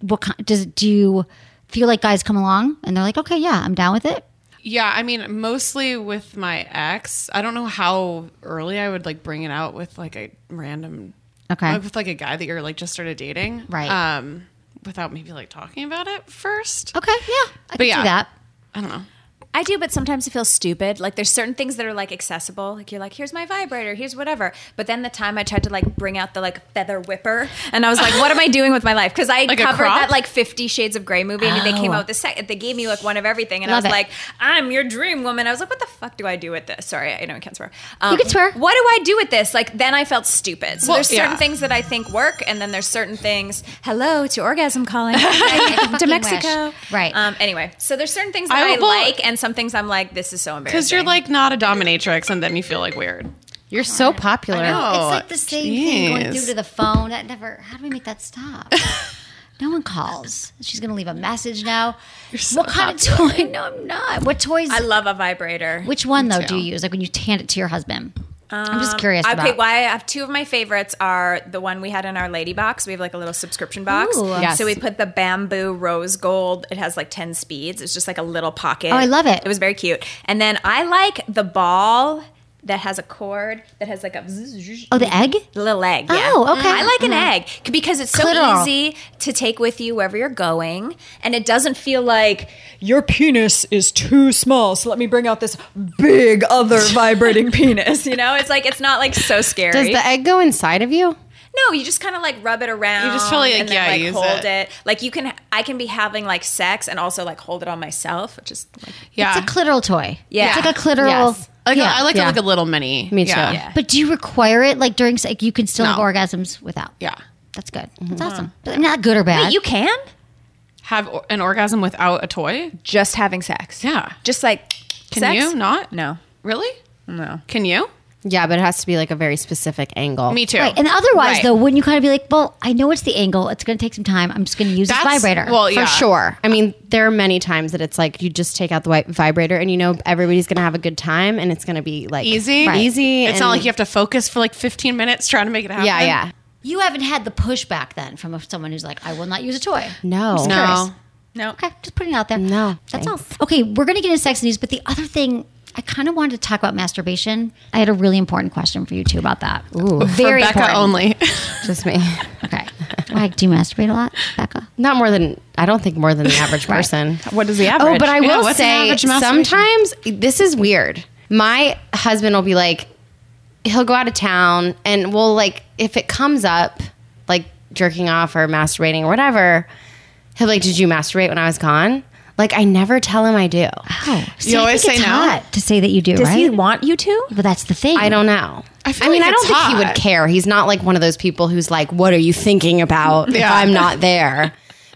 S1: what kind, does do you feel like guys come along and they're like, okay, yeah, I'm down with it.
S3: Yeah, I mean, mostly with my ex. I don't know how early I would like bring it out with like a random
S1: Okay.
S3: with like a guy that you're like just started dating.
S1: Right.
S3: Um without maybe like talking about it first.
S1: Okay, yeah, I can
S3: yeah.
S1: do that.
S3: I don't know.
S5: I do, but sometimes it feels stupid. Like there's certain things that are like accessible. Like you're like, here's my vibrator, here's whatever. But then the time I tried to like bring out the like feather whipper, and I was like, what am I doing with my life? Because I
S3: Like a
S5: covered
S3: crop? Oh.
S5: that like Fifty Shades of Grey movie, and they came out with the second. They gave me like one of everything, and
S1: Love
S5: I was
S1: it.
S5: like, I'm your dream woman. I was like, what the fuck do I do with this? Sorry, I know I can't swear. Um,
S1: can swear.
S5: What do I do with this? Like then I felt stupid. So
S3: Well,
S5: there's certain
S3: yeah.
S5: things that I think work, and then there's certain things. Hello to orgasm calling to Mexico.
S1: wish. Right.
S5: Um, anyway, so there's certain things
S3: I
S5: that I,
S3: will-
S5: like, and some things I'm like, this is so embarrassing.
S3: Because you're like not a dominatrix and then you feel like weird.
S4: You're so popular.
S1: it's like the same thing going
S3: Oh, jeez.
S1: through to the phone. That never. How do we make that stop? no one calls. She's gonna leave a message now. what kind of toy? No, I'm not. What toys?
S5: I love a vibrator.
S1: which one though do you use? Like when you hand it to your husband? I'm
S3: Um,
S1: just curious.
S5: I
S1: about.
S5: pick why I have two of my favorites are the one we had in our lady box. We have like a little subscription box.
S1: Ooh. Yes.
S5: So we put the bamboo rose gold. It has like 10 speeds. It's just like a little pocket.
S1: Oh, I love it.
S5: It was very cute. And then I like the ball that has a cord that has like a zzz-
S1: Oh, the egg.
S5: little egg. Yeah. Mm-hmm.
S1: Oh, okay.
S5: I like an egg c- because it's so
S1: Clitoral.
S5: easy to take with you wherever you're going, and it doesn't feel like your penis is too small. So let me bring out this big other vibrating penis. You know, it's like it's not like so scary.
S4: Does the egg go inside of you?
S5: no, you just kind of like rub it around.
S3: You just feel like,
S5: and then,
S3: yeah,
S5: like
S3: use
S5: hold it.
S3: it.
S5: Like you can, I can be having like sex and also like hold it on myself, which is like,
S3: Yeah.
S1: It's a clitoral toy.
S5: Yeah.
S1: It's like a clitoral.
S4: Yes.
S3: like
S1: yeah.
S3: I like
S4: yeah.
S3: like a little mini.
S4: Me too.
S3: Yeah.
S5: Yeah.
S1: But do you require it? Like during sex, you can still have
S3: No.
S1: orgasms without.
S3: yeah. Mm-hmm.
S1: That's good. That's awesome. But not good or bad.
S5: you can
S3: Have or- an orgasm without a toy?
S5: just having sex.
S3: Yeah.
S5: just like
S3: Can
S5: sex?
S3: you not?
S5: No,
S3: Really?
S5: no.
S3: Can you?
S4: Yeah, but it has to be like a very specific angle.
S3: Me too.
S1: Right. And otherwise,
S3: Right.
S1: though, wouldn't you kind of be like, well, I know it's the angle. It's going to take some time. I'm just going to use this
S3: That's-
S1: vibrator.
S3: Well,
S4: for
S3: yeah.
S4: sure. I mean, there are many times that it's like you just take out the wi- vibrator and you know everybody's going to have a good time and it's going to be like
S3: Easy.
S1: Right.
S4: Easy.
S3: It's not
S4: and-
S3: like you have to focus for like 15 minutes trying to make it happen.
S4: Yeah, yeah.
S1: You haven't had the pushback then from someone who's like, I will not use a toy.
S4: No.
S3: No.
S1: Okay, just putting it out there.
S4: No,
S1: That's all. Okay, we're going to get into sex news, but the other thing, I kind of wanted to talk about masturbation. I had a really important question for you too about that. Ooh, very
S3: Becca
S1: important.
S3: only.
S4: Just me.
S1: Okay. Why, do you masturbate a lot, Becca?
S4: Not more than I don't think more than the average person.
S3: What is the
S4: Oh, but I
S3: Yeah,
S4: will
S3: what's an
S4: say
S3: average masturbation?
S4: sometimes this is weird. My husband will be like, he'll go out of town and we'll like, if it comes up, like jerking off or masturbating or whatever, he'll be like, Did you masturbate when I was gone? Like, I never tell him I do.
S1: Oh, see, I
S3: always
S1: think
S3: say
S1: it's
S3: no?
S1: hot to say that you do,
S5: Does
S1: right?
S5: he want you to?
S1: but that's the thing.
S4: I don't know. I,
S3: feel
S4: mean,
S3: like
S4: I don't
S3: it's
S4: think he
S3: hot.
S4: would care. He's not like one of those people who's like, "What are you thinking about if
S3: Yeah.
S4: I'm not there?"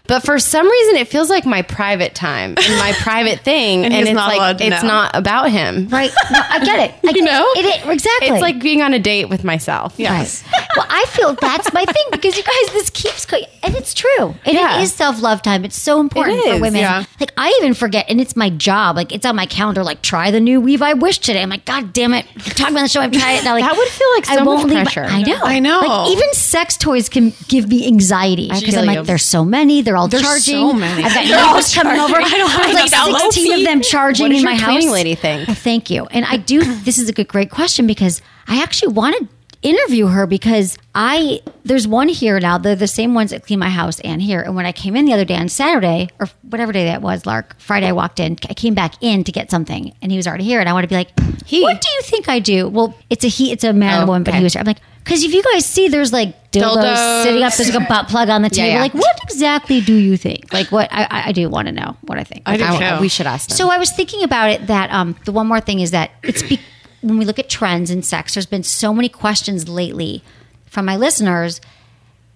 S4: But for some reason, it feels like my private time and my private thing,
S3: And
S4: and,
S3: he's
S4: it's
S3: not allowed
S4: like
S3: to
S4: it's
S3: know.
S4: not about him.
S1: Right. No, I get it. I
S4: You know?
S1: It, it, exactly.
S4: It's like being on a date with myself. Yeah.
S3: Yes.
S1: Right. Well, I feel that's my thing because you guys, this keeps going. And it's true. And
S4: Yeah.
S1: it is self love time. It's so important
S4: It
S1: for
S4: is,
S1: women.
S3: yeah.
S1: Like, I even forget, and it's my job. Like, it's on my calendar. Like, try the new Weave I Wish today. I'm like, God damn it. Talk about the show. I've tried it. Now, like,
S4: That would feel like so
S1: I won't
S4: much
S1: leave my-
S4: pressure.
S1: I know.
S3: I know.
S1: Like, even sex toys can give me anxiety because
S4: feel
S1: I'm like,
S4: you.
S1: there's so many. They're all
S3: There's
S1: charging.
S3: so many.
S1: I've got
S3: They're all
S1: neighbors coming over.
S3: charging. I don't have
S1: have
S3: enough
S1: like
S3: outlet.
S1: 16 of them charging
S4: What does
S1: in
S4: your
S1: my house.
S4: cleaning lady think?
S1: Well, thank you. And I do. This is a good, great question because I actually want to interview her because I there's one here now. They're the same ones that clean my house and here. And when I came in the other day on Saturday or whatever day that was, Lark Friday, I walked in. I came back in to get something, and he was already here. And I want to be like,
S4: He?
S1: What do you think I do? Well, it's a he. It's a man and a
S4: Oh,
S1: woman, but he
S4: okay.
S1: was. here. I'm like, because if you guys see, there's like dildos,
S3: Dildos.
S1: sitting up. There's like a butt plug on the table.
S4: yeah.
S1: Like, what exactly do you think? Like, what I, I- I do want to know what I think.
S3: I do
S4: I-
S3: too.
S4: we should ask them.
S1: So I was thinking about it that um, the one more thing is that it's be- when we look at trends in sex, there's been so many questions lately from my listeners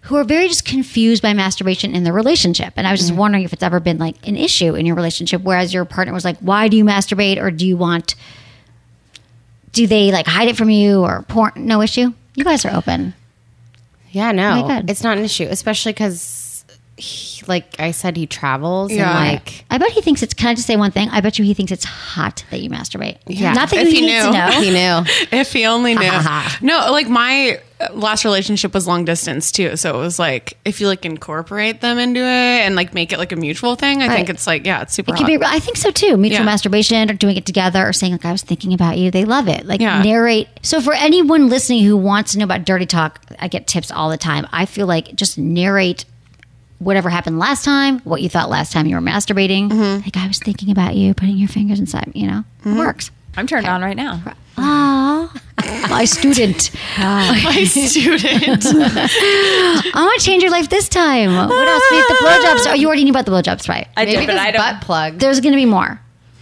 S1: who are very just confused by masturbation in their relationship. And I was just
S3: Mm-hmm.
S1: wondering if it's ever been like an issue in your relationship, whereas your partner was like, why do you masturbate? Or do you want, do they like hide it from you or porn? No issue. You guys are open.
S4: yeah, no,
S1: my God.
S4: it's not an issue, especially because, like I said, he travels
S3: Yeah.
S4: and like
S1: I bet he thinks it's, can I just say one thing? I bet you he thinks it's hot that you masturbate.
S4: Yeah.
S1: Not that
S3: If
S1: you
S3: he
S1: need to
S3: knew.
S1: know.
S4: he knew.
S3: If he only knew. no, like my last relationship was long distance too. So it was like if you like incorporate them into it and like make it like a mutual thing, I
S1: Right.
S3: think it's like yeah, it's super.
S1: It could be.
S3: hot.
S1: I think so too. Mutual
S3: Yeah.
S1: masturbation or doing it together or saying like I was thinking about you. They love it. Like
S3: Yeah.
S1: narrate. So for anyone listening who wants to know about dirty talk, I get tips all the time. I feel like just narrate whatever happened last time, what you thought last time you were masturbating.
S3: Mm-hmm.
S1: Like I was thinking about you, putting your fingers inside. You know, it works.
S5: I'm turned on right now.
S1: My student.
S3: my student.
S1: I want to change your life this time. What else? Wait, the blowjobs. Oh, you already knew about the blowjobs, right?
S5: I did, but I don't.
S4: butt plug.
S1: There's going to be more.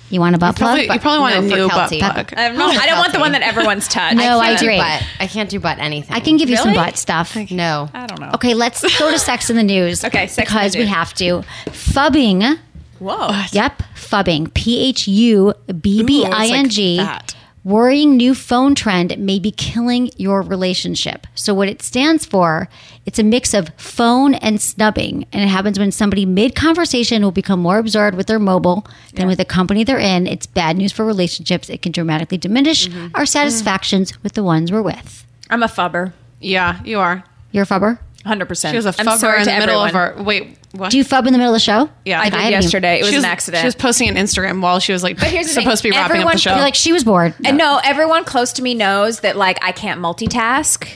S1: You want a butt plug?
S3: Probably- you probably want
S4: No,
S3: a
S4: for
S3: new butt
S4: Kelty.
S3: plug.
S5: I'm not, I don't want the one that everyone's touched.
S1: No, I
S4: I
S1: agree.
S4: do butt. I can't do butt anything.
S1: I can give you some
S5: Really?
S1: butt stuff.
S4: no.
S5: I don't know.
S1: Okay, let's go to sex in the news.
S5: Okay, Sex in the
S1: because we
S5: News.
S1: have to. Fubbing.
S5: Whoa.
S1: Yep, fubbing. P H U B B I N
S3: Ooh,
S1: G.
S3: I was like that.
S1: Worrying new phone trend may be killing your relationship. So what it stands for, it's a mix of phone and snubbing, and it happens when somebody mid conversation will become more absorbed with their mobile than with the company they're in. It's bad news for relationships. It can dramatically diminish
S5: Mm-hmm.
S1: our satisfactions with the ones we're with.
S5: I'm a fubber.
S3: yeah, you are.
S1: You're a fubber.
S5: 100%.
S3: She was a
S5: I'm
S3: fubber
S5: sorry
S3: in
S5: to
S3: the middle
S5: everyone.
S3: of our wait. What?
S1: Do you fub in the middle of the show?
S3: Yeah,
S1: Like, haven't
S3: I
S5: did
S1: even-
S5: yesterday. It was
S3: she
S5: an accident.
S3: She was posting an Instagram while she was like
S5: here's the
S3: supposed to
S5: thing.
S3: be wrapping up
S5: Everyone-
S3: the show.
S1: You're like she was bored.
S5: And no, everyone close to me knows that like I can't multitask.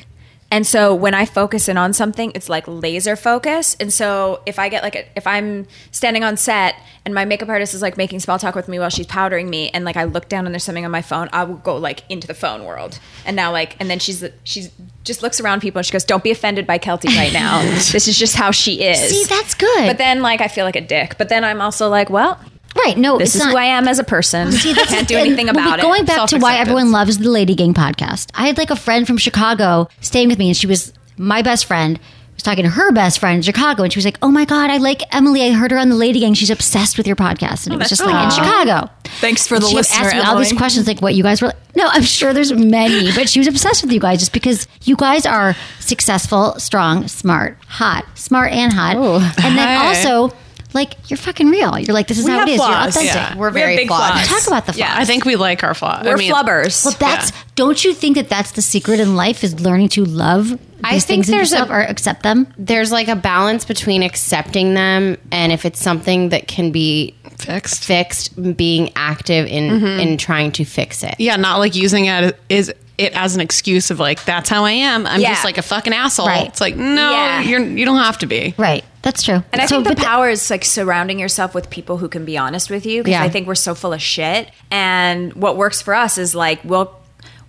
S5: And so when I focus in on something, it's like laser focus. And so if I get like a, if I'm standing on set and my makeup artist is like making small talk with me while she's powdering me and like I look down and there's something on my phone, I will go like into the phone world. And now like and then she's she's just looks around people and she goes, "Don't be offended by Kelty right now. this is just how she is."
S1: See, that's good.
S5: But then like I feel like a dick. But then I'm also like, "Well,
S1: right? No,
S5: this
S1: it's
S5: is
S1: not,
S5: who I am as a person. Can't do anything
S1: And- well,
S5: about it."
S1: Going back to why
S5: Self-acceptance.
S1: everyone loves the Lady Gang podcast, I had like a friend from Chicago staying with me, and she was my best friend. Was talking to her best friend in Chicago, and she was like, "Oh my god, I like Emily. I heard her on the Lady Gang. She's obsessed with your podcast."
S5: Oh,
S1: And it was just like in Chicago.
S5: Thanks for
S1: she was asking me all these questions, like what you guys were. No, I'm sure there's many, but she was obsessed with you guys just because you guys are successful, strong, smart, hot, smart and hot, and then
S3: Hey.
S1: also like you're fucking real. You're like this is how it is. You're authentic.
S5: Yeah.
S4: We're
S5: We
S4: very
S5: have big
S4: flawed.
S5: flaws.
S1: Talk about the flaws.
S5: Yeah,
S3: I think we like our flaw.
S5: We're
S3: I mean,
S5: flubbers.
S1: Well, that's don't you think that that's the secret in life is learning to love these
S4: I think
S1: things in
S4: there's a-
S1: yourself or accept them?
S4: There's like a balance between accepting them and if it's something that can be
S3: Fixed.
S4: fixed, being active in in trying to fix it.
S3: Yeah, not like using it is it as an excuse of like that's how I am. I'm
S5: Yeah.
S3: just like a fucking asshole.
S1: Right.
S3: It's like no,
S5: Yeah.
S3: you're- you don't have to be.
S1: Right. That's true.
S5: And I
S1: So,
S5: think
S1: but
S5: the power is like surrounding yourself with people who can be honest with you because
S4: Yeah.
S5: I think we're so full of shit. And what works for us is like we'll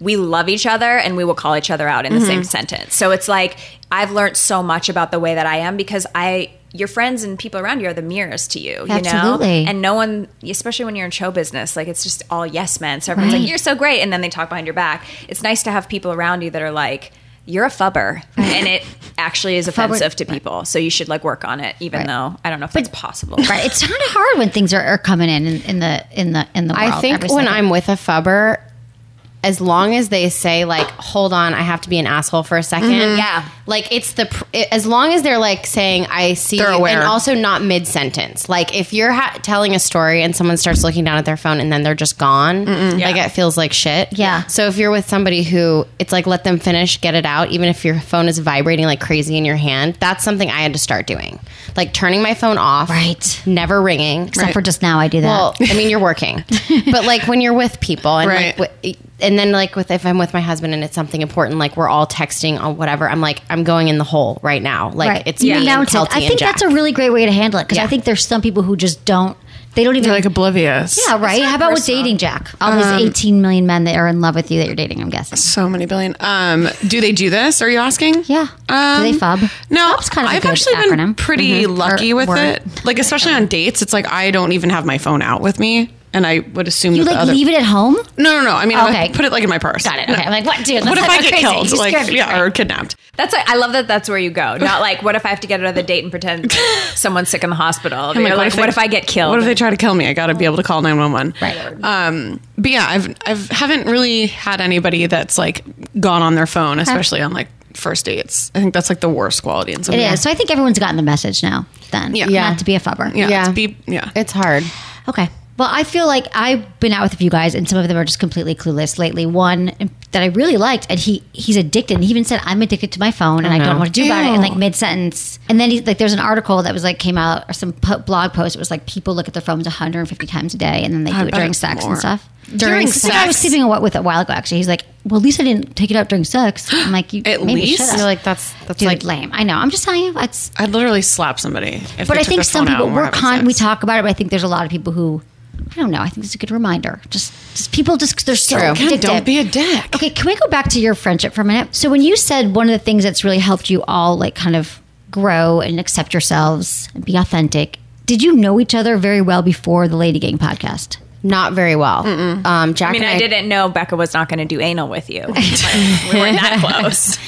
S5: we love each other and we will call each other out in
S1: Mm-hmm.
S5: the same sentence. So it's like I've learned so much about the way that I am because I your friends and people around you are the mirrors to you, you
S1: Absolutely.
S5: know? And no one, especially when you're in show business, like it's just all yes men. So everyone's
S1: Right.
S5: like, you're so great. And then they talk behind your back. It's nice to have people around you that are like, you're a fubber. and it actually is offensive to people. So you should like work on it, even
S1: Right.
S5: though I don't know if it's possible.
S1: Right. It's kind of hard when things are, are coming in, in in the in the in the world.
S4: I think
S1: every
S4: when
S1: second.
S4: I'm with a fubber, as long as they say like, "Hold on, I have to be an asshole for a 2nd
S1: Mm-hmm.
S5: Yeah.
S4: like it's the pr- it- as long as they're like saying, "I see,"
S3: They're
S4: you,"
S3: aware.
S4: and also not mid sentence. Like if you're ha- telling a story and someone starts looking down at their phone and then they're just gone, like it feels like shit.
S1: Yeah.
S4: So if you're with somebody who it's like, let them finish, get it out, even if your phone is vibrating like crazy in your hand, that's something I had to start doing, like turning my phone off,
S1: Right.
S4: never ringing,
S1: except for just now I do that.
S4: well, I mean, you're working, but like when you're with people and
S3: Right.
S4: like, w- and then like with if I'm with my husband and it's something important, like we're all texting on whatever, I'm like I'm going in the hole right now. Like
S1: right.
S4: it's
S1: You
S4: me and
S1: announce it.
S4: Kelty
S1: I think
S4: and Jack.
S1: that's a really great way to handle it because I
S4: Yeah.
S1: think there's some people who just don't. They don't even
S3: They're like Um, oblivious.
S1: Yeah, right. How about with dating, Jack? All these 18 million men that are in love with you that you're dating. I'm guessing.
S3: So many billion. Um, do they do this? Are you asking?
S1: Yeah.
S3: Um,
S1: Do they fub?
S3: No,
S1: Fub's kind of a
S3: I've
S1: good
S3: actually been
S1: acronym.
S3: pretty
S1: Mhm.
S3: lucky
S1: Or
S3: with
S1: word.
S3: it. Like especially on dates, it's like I don't even have my phone out with me, and I would assume
S1: You
S3: that the
S1: like
S3: other-
S1: leave it at home?
S3: No, no, no. I mean, I
S1: Okay.
S3: would put it like in my purse.
S1: Got it. Okay. I'm like, what, dude?
S3: What
S1: That's
S3: if I
S1: not
S3: get
S1: crazy.
S3: killed?
S1: You
S3: Like,
S1: scared me.
S3: yeah, or kidnapped.
S5: That's like, I love that. That's where you go. Not like, what if I have to get another date and pretend someone's sick in the hospital?
S3: I'm
S5: You're like,
S3: they-
S5: what if I get killed?
S3: What if they try to kill me? I got to be able to call 911.
S1: Right.
S3: Um, but yeah, I've I've haven't really had anybody that's like gone on their phone, especially on like first dates. I think that's like the worst quality in some
S1: It is. So I think everyone's gotten the message now. Then,
S3: Yeah.
S4: Yeah.
S1: not to be a fubber.
S3: Yeah.
S4: Yeah.
S3: It's be, yeah.
S4: it's hard.
S1: Okay. Well, I feel like I've been out with a few guys, and some of them are just completely clueless lately. One that I really liked, and he he's addicted. And he even said, "I'm addicted to my phone, and I
S4: Uh-huh.
S1: don't know what to do about it." In like mid sentence, and then he's like, "There's an article that was like came out or some po- blog post. It was like people look at their phones 150 times a day, and then they do it
S3: bet
S1: during
S3: it's
S1: sex
S3: more.
S1: and stuff."
S3: During
S1: Like, I was
S3: sex?
S1: sleeping with it a while ago. Actually, he's like, "Well, at least I didn't take it out during sex." I'm like, you,
S3: At
S1: maybe
S3: least?
S1: should have."
S4: You're like that's that's
S1: Dude,
S4: like
S1: lame. I know. I'm just telling you. That's
S3: I'd literally slap somebody. If
S1: but
S3: they
S1: I
S3: took their
S1: think some
S3: phone out
S1: people
S3: and were
S1: we're
S3: having
S1: con.
S3: sex.
S1: We talk about it, but I think there's a lot of people who I don't know. I think it's a good reminder. Just just people just they're so
S4: True.
S1: addicted.
S3: Don't be a dick.
S1: Okay, can we go back to your friendship for a minute? So when you said one of the things that's really helped you all like kind of grow and accept yourselves and be authentic. Did you know each other very well before the Lady Gang podcast?
S4: not very well. Um, Jack
S5: I mean,
S4: and
S5: I, didn't know Becca was not going to do anal with you. Like, we weren't that close.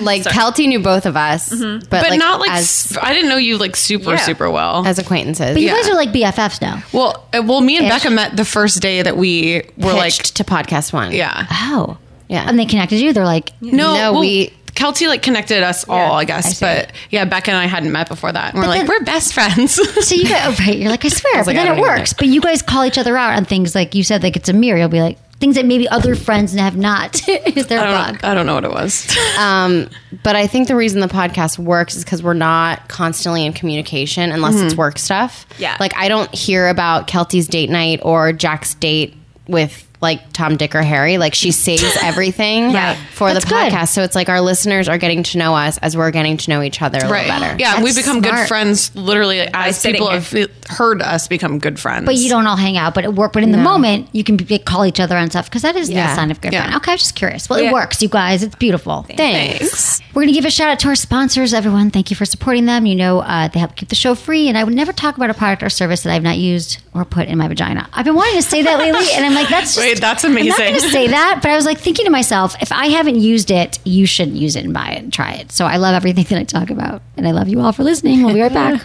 S4: like Kelty knew both of us, but,
S3: Mm-hmm. But
S4: like,
S3: not like
S4: as,
S3: s- I didn't know you like super
S5: Yeah.
S3: super well.
S4: as acquaintances.
S1: But you guys are like BFFs now.
S3: well, uh, well, me and
S1: Ish.
S3: Becca met the first day that we were like,
S4: pitched to podcast one.
S3: yeah,
S1: Oh,
S4: Yeah.
S1: And they connected you. They're like,
S3: No,
S4: No,
S3: well,
S4: we-
S3: Kelty like connected us all, I guess.
S1: I see.
S3: but yeah, Becca and I hadn't met before that. And we're
S1: But
S3: like,
S1: then-
S3: we're best friends.
S1: So you guys, oh, right? You're like, I swear,
S3: was
S1: but
S3: like, I
S1: then
S3: don't
S1: it
S3: even
S1: works.
S3: know.
S1: But you guys call each other out on things like you said, like it's a mirror. You'll be like things that maybe other friends have not. Is their
S3: I,
S1: blog?
S3: don't, I don't know what it was.
S4: Um, but I think the reason the podcast works is because we're not constantly in communication unless it's work stuff.
S5: Yeah.
S4: Like I don't hear about Kelty's date night or Jack's date with like Tom, Dick, or Harry. Like she saves everything
S5: Right.
S4: for
S1: That's
S4: the
S1: good.
S4: podcast. So it's like our listeners are getting to know us as we're getting to know each other a little better.
S3: Yeah, and we
S1: That's
S3: become
S1: smart.
S3: good friends literally as
S5: sitting
S3: people
S5: here.
S3: have heard us become good friends.
S1: But you don't all hang out, but it work. But in the moment, you can be, call each other on stuff because that is the
S4: Yeah.
S1: sign of good
S3: Yeah.
S1: friend. Okay, I was just curious. Well,
S5: Yeah.
S1: it works, you guys. It's beautiful.
S4: Thanks.
S1: We're going to give a shout out to our sponsors, everyone. Thank you for supporting them. You know, uh, they help keep the show free, and I would never talk about a product or service that I've not used or put in my vagina. I've been wanting to say that lately, and I'm like, that's just,
S3: Wait, that's
S1: I'm not
S3: amazing.
S1: going to say that, but I was like thinking to myself, if I haven't used it, you shouldn't use it and buy it and try it. So I love everything that I talk about, and I love you all for listening. We'll be right back.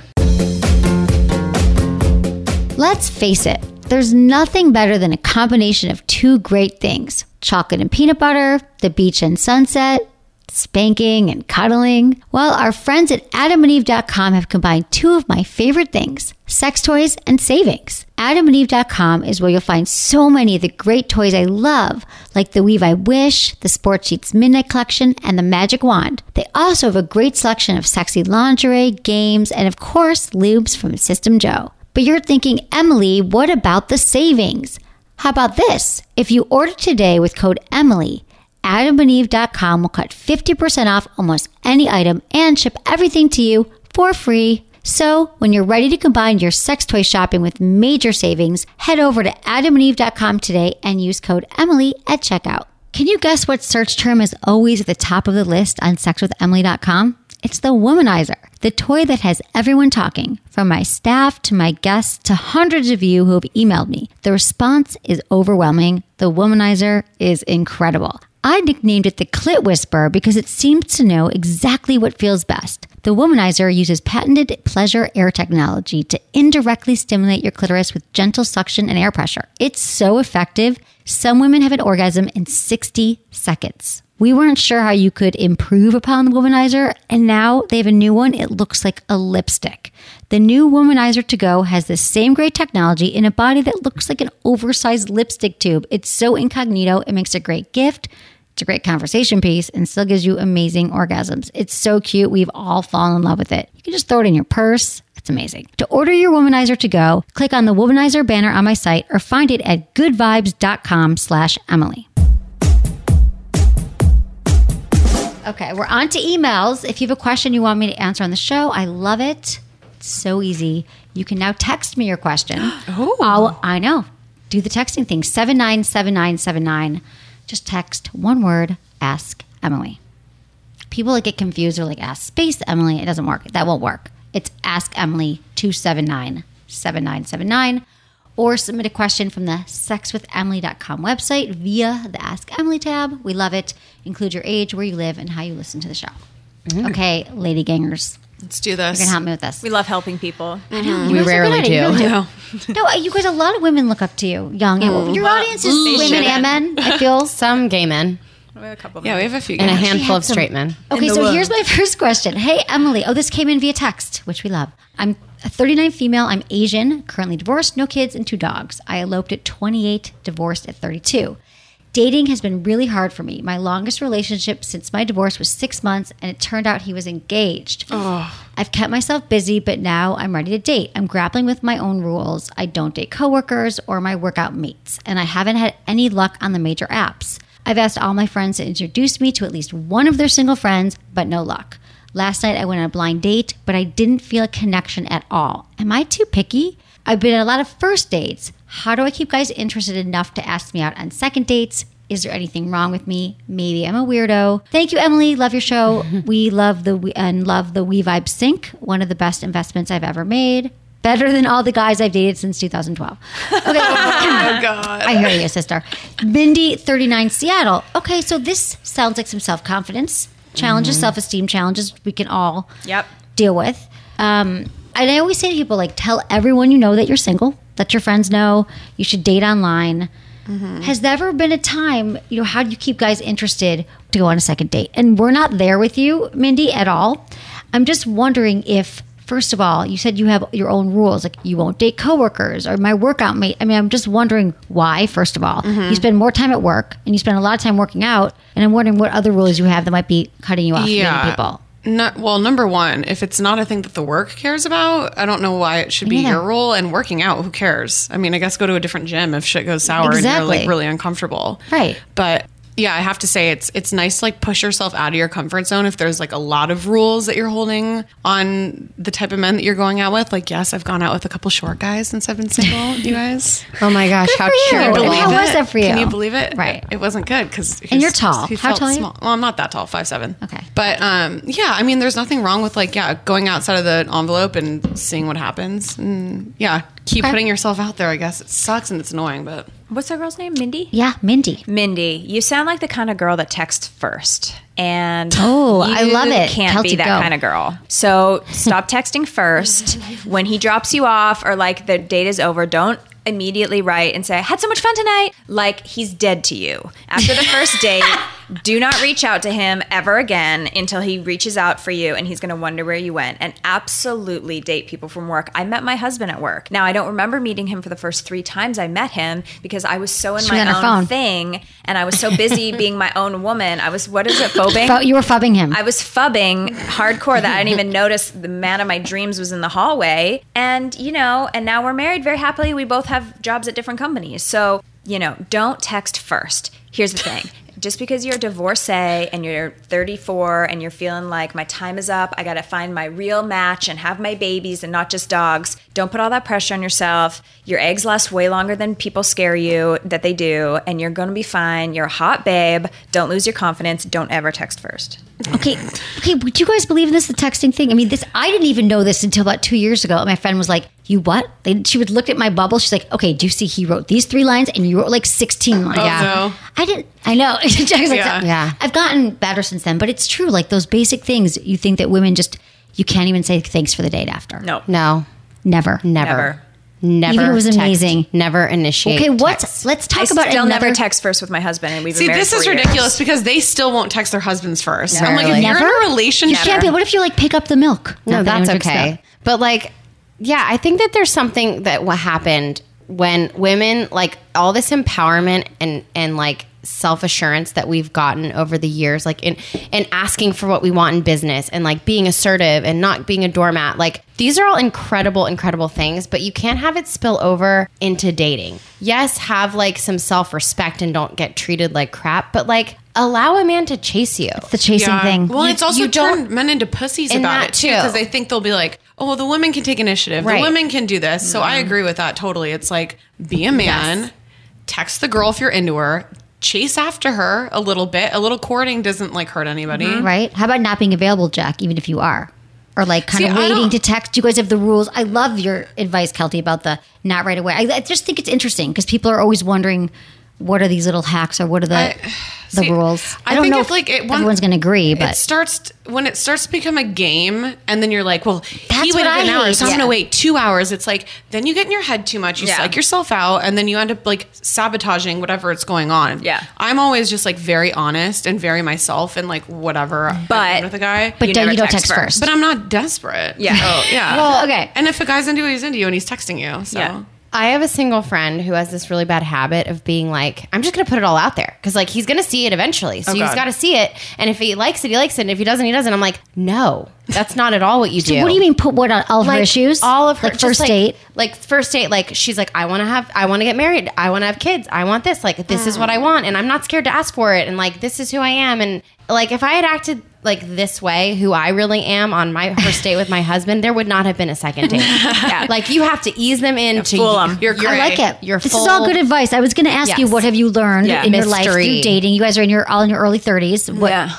S1: Let's face it, there's nothing better than a combination of two great things chocolate and peanut butter, the beach and sunset, spanking and cuddling. Well, our friends at adamandeve.com have combined two of my favorite things sex toys and savings. Adamandeve.com is where you'll find so many of the great toys I love, like the Weave I Wish, the Sport Sheets Midnight Collection, and the Magic Wand. They also have a great selection of sexy lingerie, games, and of course, lubes from System Joe. But you're thinking, Emily, what about the savings? How about this? If you order today with code EMILY, adamandeve.com will cut 50% off almost any item and ship everything to you for free. So, when you're ready to combine your sex toy shopping with major savings, head over to adamandeve.com today and use code EMILY at checkout. Can you guess what search term is always at the top of the list on sexwithemily.com? It's the womanizer, the toy that has everyone talking, from my staff to my guests to hundreds of you who have emailed me. The response is overwhelming. The womanizer is incredible. I nicknamed it the clit whisperer because it seems to know exactly what feels best. The womanizer uses patented pleasure air technology to indirectly stimulate your clitoris with gentle suction and air pressure. It's so effective, some women have an orgasm in 60 seconds. We weren't sure how you could improve upon the womanizer, and now they have a new one. It looks like a lipstick. The new womanizer to go has the same great technology in a body that looks like an oversized lipstick tube. It's so incognito, it makes a great gift. It's a great conversation piece and still gives you amazing orgasms. It's so cute. We've all fallen in love with it. You can just throw it in your purse. It's amazing. To order your womanizer to go, click on the womanizer banner on my site or find it at goodvibes.com slash Emily. Okay, we're on to emails. If you have a question you want me to answer on the show, I love it. It's so easy. You can now text me your question. oh, I'll, I know. Do the texting thing. Seven nine seven nine seven nine. Just text one word. Ask E. Emily. People that get confused are like, ask space Emily. It doesn't work. That won't work. It's ask Emily 279 7979 or submit a question from the sexwithemily.com website via the Ask Emily tab. We love it. Include your age, where you live, and how you listen to the show. Okay, lady gangers,
S3: Let's do
S1: you're
S3: this.
S1: gonna help me with this.
S5: We love helping people.
S1: You guys are good
S7: rarely
S1: at it. Oh. You
S7: do.
S1: really
S3: No.
S1: no, you guys, a lot of women look up to you, young. and Your audience is
S3: they
S1: women and men, I feel.
S4: Some gay men
S5: We have a couple.
S3: Yeah, we have a few.
S4: and a
S3: guys.
S4: handful of straight men.
S1: Okay, so here's my first question. Hey, Emily. Oh, this came in via text, which we love. I'm a 39 female. I'm Asian, currently divorced, no kids, and two dogs. I eloped at 28, divorced at 32. Dating has been really hard for me. My longest relationship since my divorce was six months, and it turned out he was engaged. I've kept myself busy, but now I'm ready to date. I'm grappling with my own rules. I don't date coworkers or my workout mates, and I haven't had any luck on the major apps. I've asked all my friends to introduce me to at least one of their single friends, but no luck. Last night I went on a blind date, but I didn't feel a connection at all. Am I too picky? I've been at a lot of first dates. How do I keep guys interested enough to ask me out on second dates? Is there anything wrong with me? Maybe I'm a weirdo. Thank you, Emily. Love your show. we love the We- and love the We Vibe Sync. One of the best investments I've ever made. Better than all the guys I've dated since 2012. Okay. I hear you, sister. Mindy, 39, Seattle. Okay, so this sounds like some self confidence challenges, self esteem challenges we can all
S5: Yep.
S1: deal with. Um, and I always say to people, like, tell everyone you know that you're single, let your friends know, you should date online. Has there ever been a time, you know, how do you keep guys interested to go on a second date? And we're not there with you, Mindy, at all. I'm just wondering if, first of all, you said you have your own rules, like you won't date coworkers or my workout mate. I mean, I'm just wondering why, first of all.
S3: Mm-hmm.
S1: You spend more time at work and you spend a lot of time working out. And I'm wondering what other rules you have that might be cutting you off from dating
S3: Yeah.
S1: people.
S3: No, well, number one, if it's not a thing that the work cares about, I don't know why it should be
S1: neither.
S3: your role. And working out, who cares? I mean, I guess go to a different gym if shit goes sour and you're
S1: Exactly.
S3: like really uncomfortable.
S1: Right.
S3: But yeah, I have to say it's it's nice to like push yourself out of your comfort zone if there's like a lot of rules that you're holding on the type of men that you're going out with. Like, yes, I've gone out with a couple short guys since I've been single. you guys,
S4: Oh my gosh, how
S1: for you.
S4: cute!
S1: Believe How was
S3: it?
S1: that for you?
S3: Can you believe it?
S1: Right.
S3: It wasn't good because
S1: And you're tall.
S3: He
S1: How
S3: felt
S1: tall are you?
S3: small. Well, I'm not that tall, five seven.
S1: Okay.
S3: But um, yeah, I mean, there's nothing wrong with like yeah, going outside of the envelope and seeing what happens. And yeah, keep putting yourself out there. I guess it sucks and it's annoying, but
S5: What's that girl's name? Mindy.
S1: Yeah, Mindy.
S5: Mindy, you sound like the kind of girl that texts first. And
S1: Oh,
S5: you
S1: I love it.
S5: Can't
S1: Kelsey,
S5: be that
S1: go.
S5: kind of girl. So stop texting first. When he drops you off or like the date is over, don't immediately write and say, I had so much fun tonight. Like he's dead to you. After the first date, do not reach out to him ever again until he reaches out for you and he's going to wonder where you went. And absolutely date people from work. I met my husband at work. Now, I don't remember meeting him for the first three times I met him because I was so in
S1: She was
S5: my
S1: on her
S5: own
S1: phone.
S5: thing and I was so busy being my own woman. I was, what is it, phobing?
S1: Fu- You were fubbing him.
S5: I was fubbing hardcore that I didn't even notice the man of my dreams was in the hallway. And, you know, and now we're married very happily. We both have jobs at different companies. So, you know, don't text first. Here's the thing. Just because you're a divorcee and you're 34 and you're feeling like my time is up, I gotta find my real match and have my babies and not just dogs, don't put all that pressure on yourself. Your eggs last way longer than people scare you that they do, and you're gonna be fine. You're a hot babe. Don't lose your confidence. Don't ever text first.
S1: Okay, okay. Do you guys believe in this? The texting thing. I mean, this. I didn't even know this until about two years ago. And my friend was like, "You what?" They, she would look at my bubble. She's like, "Okay, do you see he wrote these three lines and you wrote like sixteen lines?" yeah.
S3: Oh, no.
S1: I didn't. I know. Jack's like,
S3: Yeah.
S1: yeah. I've gotten better since then, but it's true. Like those basic things, you think that women just you can't even say thanks for the date after.
S5: No.
S4: No,
S1: never.
S4: never,
S5: Never.
S4: never.
S1: Even if it was
S4: text,
S1: amazing.
S4: Never initiate.
S1: Okay, what?
S4: text.
S1: Let's
S5: I
S1: talk
S5: still
S1: about another
S5: never text first with my husband, and we've been
S3: see,
S5: married
S3: this is
S5: four years.
S3: ridiculous because they still won't text their husbands first. I'm like,
S4: Rarely.
S3: if you're in a
S1: You
S3: relationship,
S1: can't be. What if you like pick up the milk? Not
S4: No,
S1: that
S4: that's
S1: anyone drinks
S4: okay. But like, yeah, I think that there's something that what happened when women like all this empowerment and and like self-assurance that we've gotten over the years like in and asking for what we want in business and like being assertive and not being a doormat like these are all incredible incredible things but you can't have it spill over into dating yes have like some self-respect and don't get treated like crap but like allow a man to chase you
S1: the chasing
S3: Yeah.
S1: thing.
S3: Well,
S4: You-
S3: it's also
S4: you don't-
S3: turned men into pussies
S4: And
S3: about
S4: that
S3: it too
S4: too.
S3: because they think they'll be like, "Oh, well, the women can take initiative.
S4: Right. Mm-hmm.
S3: The women can do this." So I agree with that totally. It's like be a man,
S4: Yes.
S3: text the girl if you're into her, chase after her a little bit. A little courting doesn't like hurt anybody.
S1: right? How about not being available, Jack, even if you are? Or like kind
S3: See,
S1: of
S3: I
S1: waiting
S3: don't-
S1: to text. You guys have the rules. I love your advice, Kelty, about the not right away. I, I just think it's interesting because people are always wondering what are these little hacks or what are the the
S3: See,
S1: rules. I,
S3: I
S1: don't
S3: think
S1: know
S3: if, like, it- one-
S1: everyone's going to agree,
S3: it
S1: but
S3: starts t- when it starts to become a game, and then you're like, "Well,
S1: That's
S3: he
S1: what
S3: waited
S1: I
S3: an hour,
S1: hate,
S3: so I'm
S1: yeah.
S3: gonna wait two hours." It's like then you get in your head too much, you
S5: Yeah.
S3: psych yourself out, and then you end up like sabotaging whatever it's going on.
S5: Yeah.
S3: I'm always just like very honest and very myself and like whatever. I'm
S5: But-
S3: with a guy,
S1: but
S5: you
S1: don't,
S5: never
S1: you don't text,
S5: text
S1: first.
S3: but I'm not desperate.
S5: Yeah.
S3: Oh, yeah.
S1: Well, okay.
S3: And if a guy's into you, he's into you, and he's texting you. So
S5: Yeah.
S4: I have a single friend who has this really bad habit of being like, I'm just going to put it all out there because like he's going to see it
S1: Oh,
S4: eventually. So you just
S3: God.
S4: got to see it. And if he likes it, he likes it. And if he doesn't, he doesn't. I'm like, no, that's not at all what you do.
S1: what do you mean? Put what on all of her issues?
S4: All of her
S1: like
S4: just,
S1: first
S4: like-
S1: date.
S4: Like first date, like she's like, I want to have, I want to get married. I want to have kids. I want this. Like this is what I
S1: Ah.
S4: want, and I'm not scared to ask for it. And like this is who I am. And like if I had acted like this way, who I really am on my first date with my husband, there would not have been a second date. Like you have to ease them into
S5: fool 'em.
S4: your
S1: I like it.
S4: Your
S1: this is all good advice. I was going to ask you
S4: Yes.
S1: what have you learned
S5: Yeah.
S1: in your life through
S4: Mystery.
S1: dating. You guys are in your all in your early thirties. What
S5: yeah.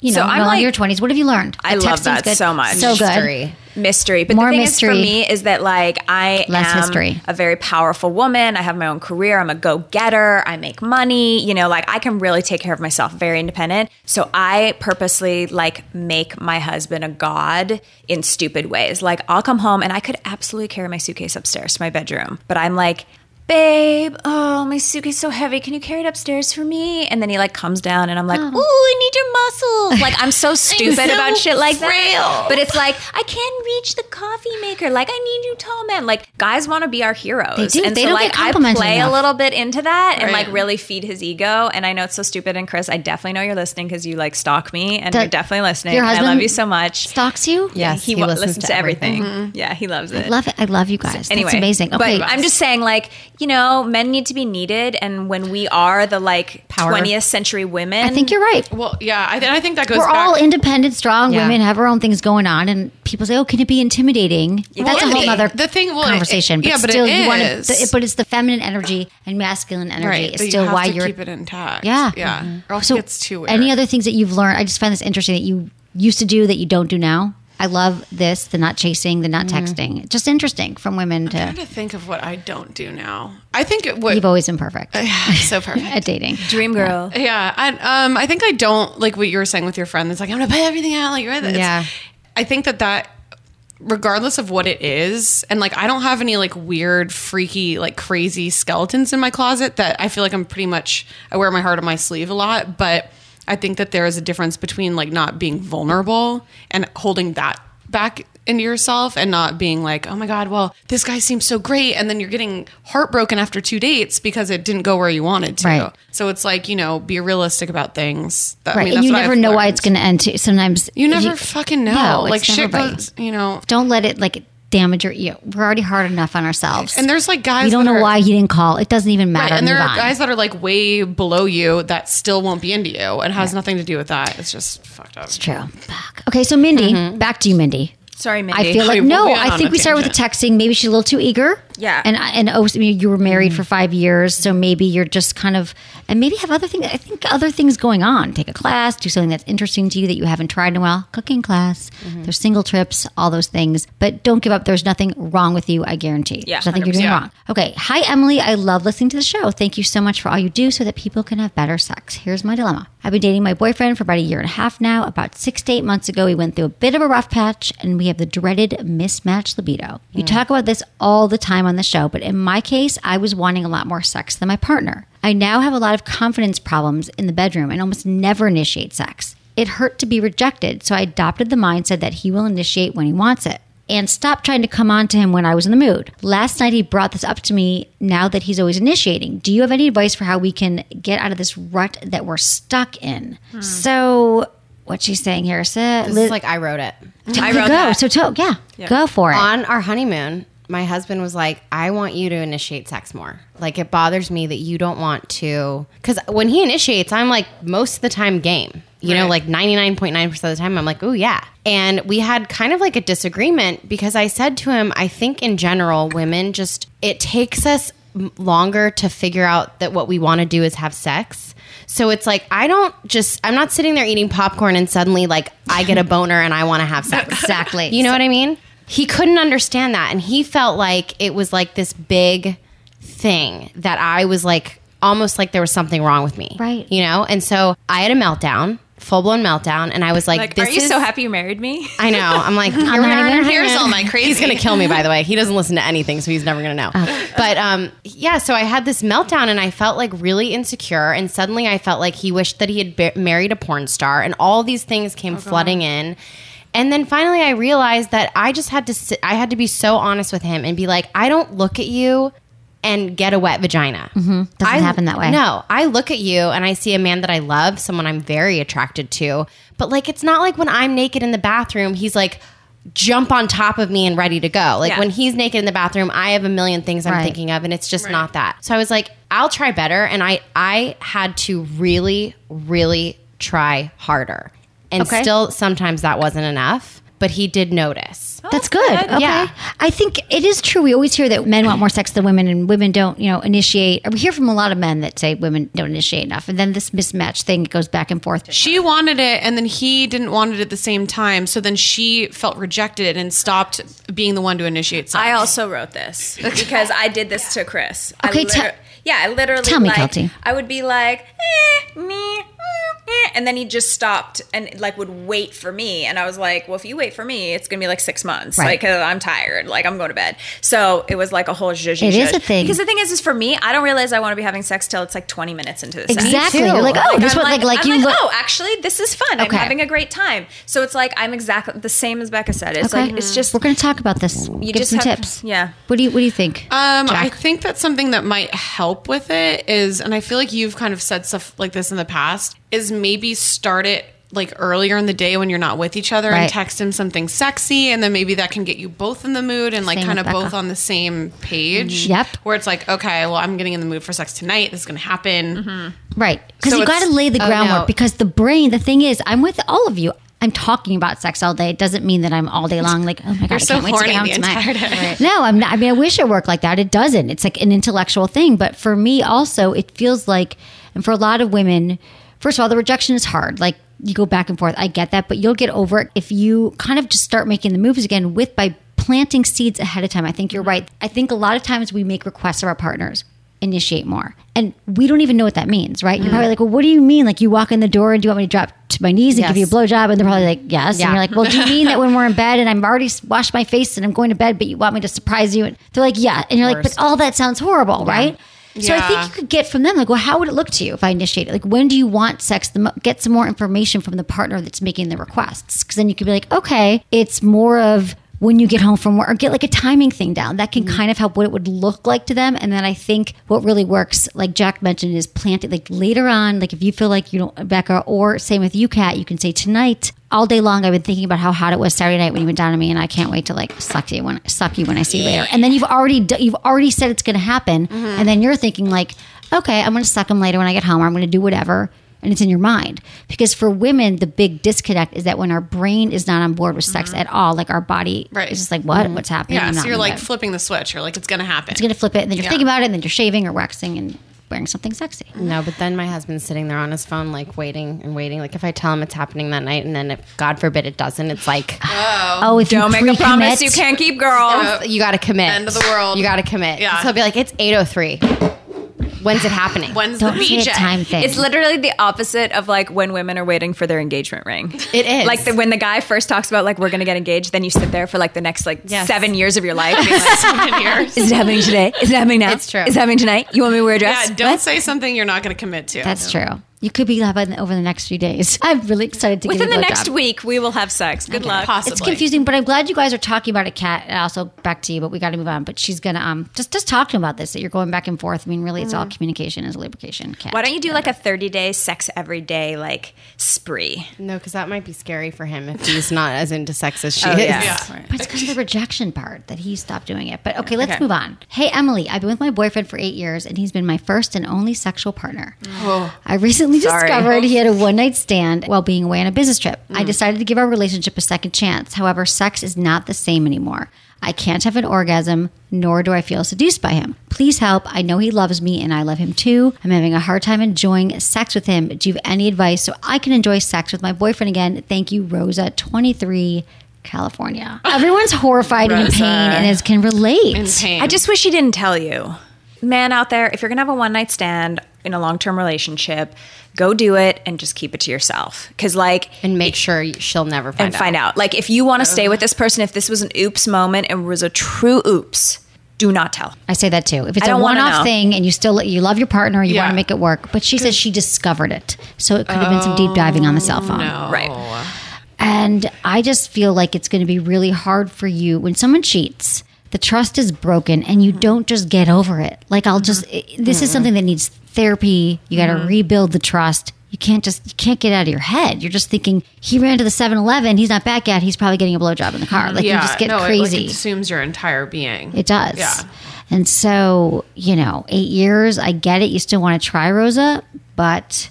S1: you know,
S5: So I'm
S1: well in
S5: like-
S1: your twenties. What have you learned?
S5: I
S1: The
S5: love
S1: texting's
S5: that
S1: good.
S5: so much.
S1: So good.
S4: Mystery.
S5: mystery. But
S1: More
S5: the thing is
S1: mystery.
S5: for me is that like I
S1: Less
S5: am
S1: history.
S5: a very powerful woman. I have my own career. I'm a go-getter. I make money. You know, like I can really take care of myself, very independent. So I purposely like make my husband a god in stupid ways. Like I'll come home and I could absolutely carry my suitcase upstairs to my bedroom. But I'm like Babe, oh my suitcase is so heavy. Can you carry it upstairs for me? And then he like comes down, and I'm
S1: Oh.
S5: like, ooh, I need your muscles. Like I'm so stupid about shit like that. But it's like I can't reach the coffee maker. Like I need you, tall men. Like guys want to be our heroes.
S1: They do.
S5: And
S1: They
S5: so
S1: don't
S5: like
S1: get
S5: I
S1: complimented
S5: play
S1: enough.
S5: a little bit into that and
S3: Right.
S5: like really feed his ego. And I know it's so stupid. And Chris, I definitely know you're listening because you like stalk me, and
S1: Does-
S5: you're definitely listening.
S1: your
S5: and I
S1: husband
S5: love you so much.
S1: Stalks you?
S4: Yes,
S5: he,
S4: he
S5: wa-
S4: listens
S5: listens,
S4: to
S5: to, everything. Yeah, he loves it.
S1: Love it. I love you guys.
S5: Anyway,
S1: That's amazing. Okay.
S5: But I'm just saying, like, you know, men need to be needed, and when we are the like
S4: Power.
S5: 20th century women,
S1: I think you're right.
S3: Well, yeah. I, th- I think that goes.
S1: We're
S3: back-
S1: all independent, strong
S4: Yeah.
S1: women, have our own things going on, and people say, "Oh, can it be intimidating?" That's a
S3: and
S1: whole
S3: the-
S1: other
S3: the thing- well, it-
S1: conversation.
S3: yeah,
S1: but,
S3: but
S1: still,
S3: it
S1: you want
S3: is.
S1: to. But it's the feminine energy and masculine energy.
S3: Right,
S1: is
S3: but you
S1: still
S3: have
S1: why
S3: to
S1: you're
S3: keep it intact.
S1: Yeah. Mm-hmm.
S3: yeah. Or else
S1: So,
S3: it's too weird.
S1: any other things that you've learned? I just find this interesting that you used to do that you don't do now. I love this, the not chasing, the not texting. Just interesting from women to
S3: Mm-hmm. trying to think of what I don't do now. I think it would
S1: you've always been perfect
S3: so perfect.
S1: at dating.
S5: dream girl.
S3: Yeah, I, um, I think I don't like what you were saying with your friend. That's like I'm gonna pay everything out. Like right? It's-
S4: Yeah.
S3: I think that that regardless of what it is, and like I don't have any like weird, freaky, like crazy skeletons in my closet that I feel like I'm pretty much I wear my heart on my sleeve a lot. But I think that there is a difference between like not being vulnerable and holding that back into yourself and not being like, oh my God, well, this guy seems so great. And then you're getting heartbroken after two dates because it didn't go where you wanted to.
S1: Right.
S3: So it's like, you know, be realistic about things. That,
S1: Right. and you never know why it's
S3: going
S1: going to end. Too. Sometimes
S3: You never fucking know.
S1: No, it's
S3: like shit
S1: never right.
S3: goes, you know.
S1: don't let it like damage your ego. We're already hard enough on ourselves.
S3: And there's like guys
S1: you don't
S3: that
S1: know
S3: are-
S1: why he didn't call. It doesn't even matter.
S3: Right, and there
S1: Move
S3: are
S1: on.
S3: guys that are like way below you that still won't be into you and has nothing to do with that. It's just fucked up.
S1: True. Fuck. Okay, so Mindy, back to you, Mindy.
S5: Mm-hmm. Sorry, Mindy.
S1: I feel like
S3: Hey, we'll
S1: no.
S3: be on
S1: I
S3: a
S1: think we started with the texting. Maybe she's a little too eager.
S5: Yeah. Mm-hmm.
S1: And I- and oh, so you you were married for five years, so maybe you're just kind of and maybe have other things. I think other things going on. Take a class, do something that's interesting to you that you haven't tried in a while. Cooking class.
S5: Mm-hmm.
S1: There's single trips, all those things. But don't give up. There's nothing wrong with you. I guarantee.
S5: Yeah,
S1: There's nothing you're doing
S3: 100%.
S1: wrong. Okay. Hi, Emily. I love listening to the show. Thank you so much for all you do so that people can have better sex. Here's my dilemma. I've been dating my boyfriend for about a year and a half now. About six to eight months ago, we went through a bit of a rough patch and we have the dreaded mismatched libido. You talk about this all the time on the show, but in my case, I was wanting a lot more sex than my partner. I now have a lot of confidence problems in the bedroom and almost never initiate sex. It hurt to be rejected, so I adopted the mindset that he will initiate when he wants it. and stopped trying to come on to him when I was in the mood. Last night, he brought this up to me now that he's always initiating. Do you have any advice for how we can get out of this rut that we're stuck in? So, what she's saying here is, uh,
S4: This
S1: Liz-
S4: is like I wrote Uh, it.
S5: I
S1: go.
S5: wrote that.
S1: So, to- yeah, go for it.
S4: On our honeymoon, my husband was like, I want you to initiate sex more. Like, it bothers me that you don't want to. Because when he initiates, I'm like, most of the time, game. You know,
S3: Right.
S4: like 99.9% of the time, I'm like, oh, yeah. And we had kind of like a disagreement because I said to him, I think in general, women just, it takes us m- longer to figure out that what we want to do is have sex. So it's like, I don't just, I'm not sitting there eating popcorn and suddenly like I get a boner and I want to have sex.
S1: Exactly.
S4: You know what I mean? He couldn't understand that. And he felt like it was like this big thing that I was like, almost like there was something wrong with me.
S1: Right.
S4: You know? And so I had a meltdown, full blown meltdown. And I was like,
S5: Like,
S4: this
S5: are you
S4: is,
S5: so happy you married me?
S4: I know. I'm like, here we
S1: not
S4: are in
S1: even
S4: our
S1: hearing it.
S4: house.
S3: Here's all my crazy. Oh.
S4: He's gonna kill me, by the way. He doesn't listen to anything, so he's never gonna know. But um, yeah, so I had this meltdown, and I felt like really insecure, and suddenly I felt like he wished that he had ba- married a porn star, and all these things
S3: Oh,
S4: came flooding in. And then finally, I realized that I just had to sit, I had to be so honest with him and be like, I don't look at you and get a wet vagina.
S3: Mm-hmm.
S1: Doesn't
S4: I-
S1: happen that way.
S4: No, I look at you and I see a man that I love, someone I'm very attracted to. But like, it's not like when I'm naked in the bathroom, he's like, jump on top of me and ready to go. Like
S5: Yeah.
S4: when he's naked in the bathroom, I have a million things I'm
S1: Right.
S4: thinking of, and it's just not that. So I was like, I'll try better, and I I had to really, really try harder, and
S1: Okay.
S4: still sometimes that wasn't enough. But he did notice.
S1: That's good. Okay.
S4: Yeah.
S1: I think it is true. We always hear that men want more sex than women and women don't, you know, initiate. We hear from a lot of men that say women don't initiate enough. And then this mismatch thing goes back and forth.
S3: She wanted it, and then he didn't want it at the same time. So then she felt rejected and stopped being the one to initiate sex.
S5: I also wrote this because I did this to Chris.
S1: Okay,
S5: I
S1: te-
S5: yeah, I literally
S1: tell me,
S5: like,
S1: Kelty.
S5: I would be like, eh, me, mm, eh, and then he just stopped and like would wait for me, and I was like, well, if you wait for me, it's gonna be like six months,
S1: Right.
S5: like uh, I'm tired, like I'm going to bed. So it was like a whole zhuzh.
S1: It is a thing.
S5: because the thing is, is for me, I don't realize I want to be having sex till it's like 20 minutes into the sex.
S1: Exactly.
S4: too.
S1: You're like, oh, this
S5: I'm
S1: one, like, like,
S5: I'm
S1: you look.
S5: oh, actually, this is fun. I'm
S1: Okay.
S5: having a great time. So it's like I'm exactly the same as Becca said. It's
S1: okay.
S5: like it's just
S1: We're going to talk about this. Give
S5: just
S1: some
S5: have-
S1: tips.
S5: yeah.
S1: What do you, what do you think?
S3: Um, I
S1: Jack?
S3: think that something that might help with it is, and I feel like you've kind of said stuff like this in the past, is maybe start it like earlier in the day when you're not with each other
S1: Right.
S3: and text him something sexy and then maybe that can get you both in the mood and like
S1: Same
S3: kind of
S1: with Becca. Mm-hmm.
S3: both on the same page
S1: Yep.
S3: where it's like okay well i'm getting in the mood for sex tonight this is gonna happen
S1: Mm-hmm. Right. Because
S3: So
S1: you
S3: it's-
S1: got to lay the
S4: Oh,
S1: groundwork
S4: no.
S1: because the brain, the thing is, I'm with all of you. I'm talking about sex all day. It doesn't mean that I'm all day long like, oh my God, I
S3: so
S1: can't wait to
S3: horny
S1: get on
S3: the
S1: tonight.
S3: entire day. Right.
S1: No, I'm not. I mean, I wish it worked like that. It doesn't. It's like an intellectual thing. But for me also, it feels like, and for a lot of women, first of all, the rejection is hard. Like you go back and forth. I get that. But you'll get over it if you kind of just start making the moves again with by planting seeds ahead of time. I think you're right. I think a lot of times we make requests of our partners initiate more. And we don't even know what that means, right? You're probably like, well, what do you mean? Like you walk in the door and do you want me to drop to my knees and give you a
S4: Yes.
S1: blowjob? And they're probably like, yes. And
S4: Yeah.
S1: you're like, well, do you mean that when we're in bed and I'm already s- washed my face and I'm going to bed, but you want me to surprise you? And they're like, yeah. And you're like, but all that sounds horrible, right? So I
S3: Yeah.
S1: think you could get from them like, well, how would it look to you if I initiate it? Like, when do you want sex? The mo- get some more information from the partner that's making the requests, because then you could be like, okay, it's more of when you get home from work, or get like a timing thing down. That can kind of help what it would look like to them. And then I think what really works, like Jack mentioned, is planting like later on. Like if you feel like you don't, Becca, or same with you, Kat, you can say tonight. All day long, I've been thinking about how hot it was Saturday night when you went down to me, and I can't wait to like suck you when suck you when I see you later. And then you've already d- you've already said it's going to happen,
S5: Mm-hmm.
S1: and then you're thinking like, okay, I'm going to suck him later when I get home, or I'm going to do whatever and it's in your mind. Because for women, the big disconnect is that when our brain is not on board with sex
S5: Mm-hmm.
S1: at all, like our body
S3: Right.
S1: is just like, what? What's happening?
S3: yeah
S1: I'm not
S3: so you're
S1: in the
S3: like
S1: mood.
S3: flipping the switch you're like it's gonna happen
S1: You're gonna flip it, and then you're
S3: Yeah.
S1: thinking about it, and then you're shaving or waxing and wearing something sexy.
S4: No, but then my husband's sitting there on his phone, like waiting and waiting. Like if I tell him it's happening that night, and then if God forbid it doesn't, it's like
S1: Oh, if
S5: Don't
S1: you
S5: make a promise
S1: pre-commit-
S5: you can't keep, girl.
S4: you got to commit.
S3: End of the world.
S4: You got to commit.
S3: Yeah.
S4: So he'll be like, it's eight oh three. When's it happening?
S3: when's
S1: Don't
S3: the
S1: see a
S3: BJ?
S1: time thing.
S5: It's literally the opposite of like when women are waiting for their engagement ring.
S4: It is.
S5: Like the, when the guy first talks about like we're gonna get engaged, then you sit there for like the next like
S4: Yes.
S5: seven years of your life. being like,
S3: Seven years.
S5: is it happening today? Is it happening now?
S4: It's true.
S5: Is it happening tonight? You want me to wear a dress?
S3: yeah don't
S5: What?
S3: say something you're not gonna commit to
S1: That's true. You could be that by the, over the next few days. I'm really excited to get
S5: Within
S1: a
S5: the
S1: blowjob.
S5: next week, we will have sex. Good luck.
S3: Possibly.
S1: It's confusing, but I'm glad you guys are talking about it, Kat. And also back to you, but we got to move on. But she's gonna um just just talk to him about this that you're going back and forth. I mean, really, it's all communication is lubrication. Kat.
S5: Mm. Why don't you do like a 30 day sex every day like spree?
S4: No, because that might be scary for him if he's not as into sex as she
S5: Oh,
S4: is.
S5: yeah.
S1: But it's because of the rejection part that he stopped doing it. But okay, let's move on. Hey, Emily, I've been with my boyfriend for eight years, and he's been my first and only sexual partner. I recently discovered he had a one night stand while being away on a business trip. I decided to give our relationship a second chance. However, sex is not the same anymore. I can't have an orgasm, nor do I feel seduced by him. Please help. I know he loves me and I love him too. I'm having a hard time enjoying sex with him. Do you have any advice so I can enjoy sex with my boyfriend again? Thank you, Rosa, 23, California. Everyone's horrified and in pain and is, can relate.
S3: in pain.
S5: I just wish he didn't tell you. Man out there, if you're going to have a one night stand in a long term relationship, go do it and just keep it to yourself. Because, like,
S4: And make sure you- she'll never find
S5: and
S4: out.
S5: find out. Like, if you want to stay with this person, if this was an oops moment and was a true oops, do not tell.
S1: I say that too. If it's
S5: I
S1: a
S5: don't wanna
S1: one-off
S5: know.
S1: thing and you still you love your partner, you
S3: Yeah.
S1: want to make it work, but she says she discovered it, so it could have been some deep diving on the cell phone.
S5: Right.
S1: And I just feel like it's going to be really hard for you when someone cheats. The trust is broken and
S3: Mm-hmm.
S1: you don't just get over it. Like I'll just i this is something that needs therapy. You got to
S3: Mm-hmm.
S1: rebuild the trust. You can't just you can't get out of your head. You're just thinking he ran to the 7-Eleven, he's not back yet. He's probably getting a blowjob in the car. Like you just get
S3: no, It,
S1: crazy.
S3: like, consumes your entire being.
S1: It does.
S3: Yeah.
S1: And so, you know, eight years, I get it. You still want to try Rosa, but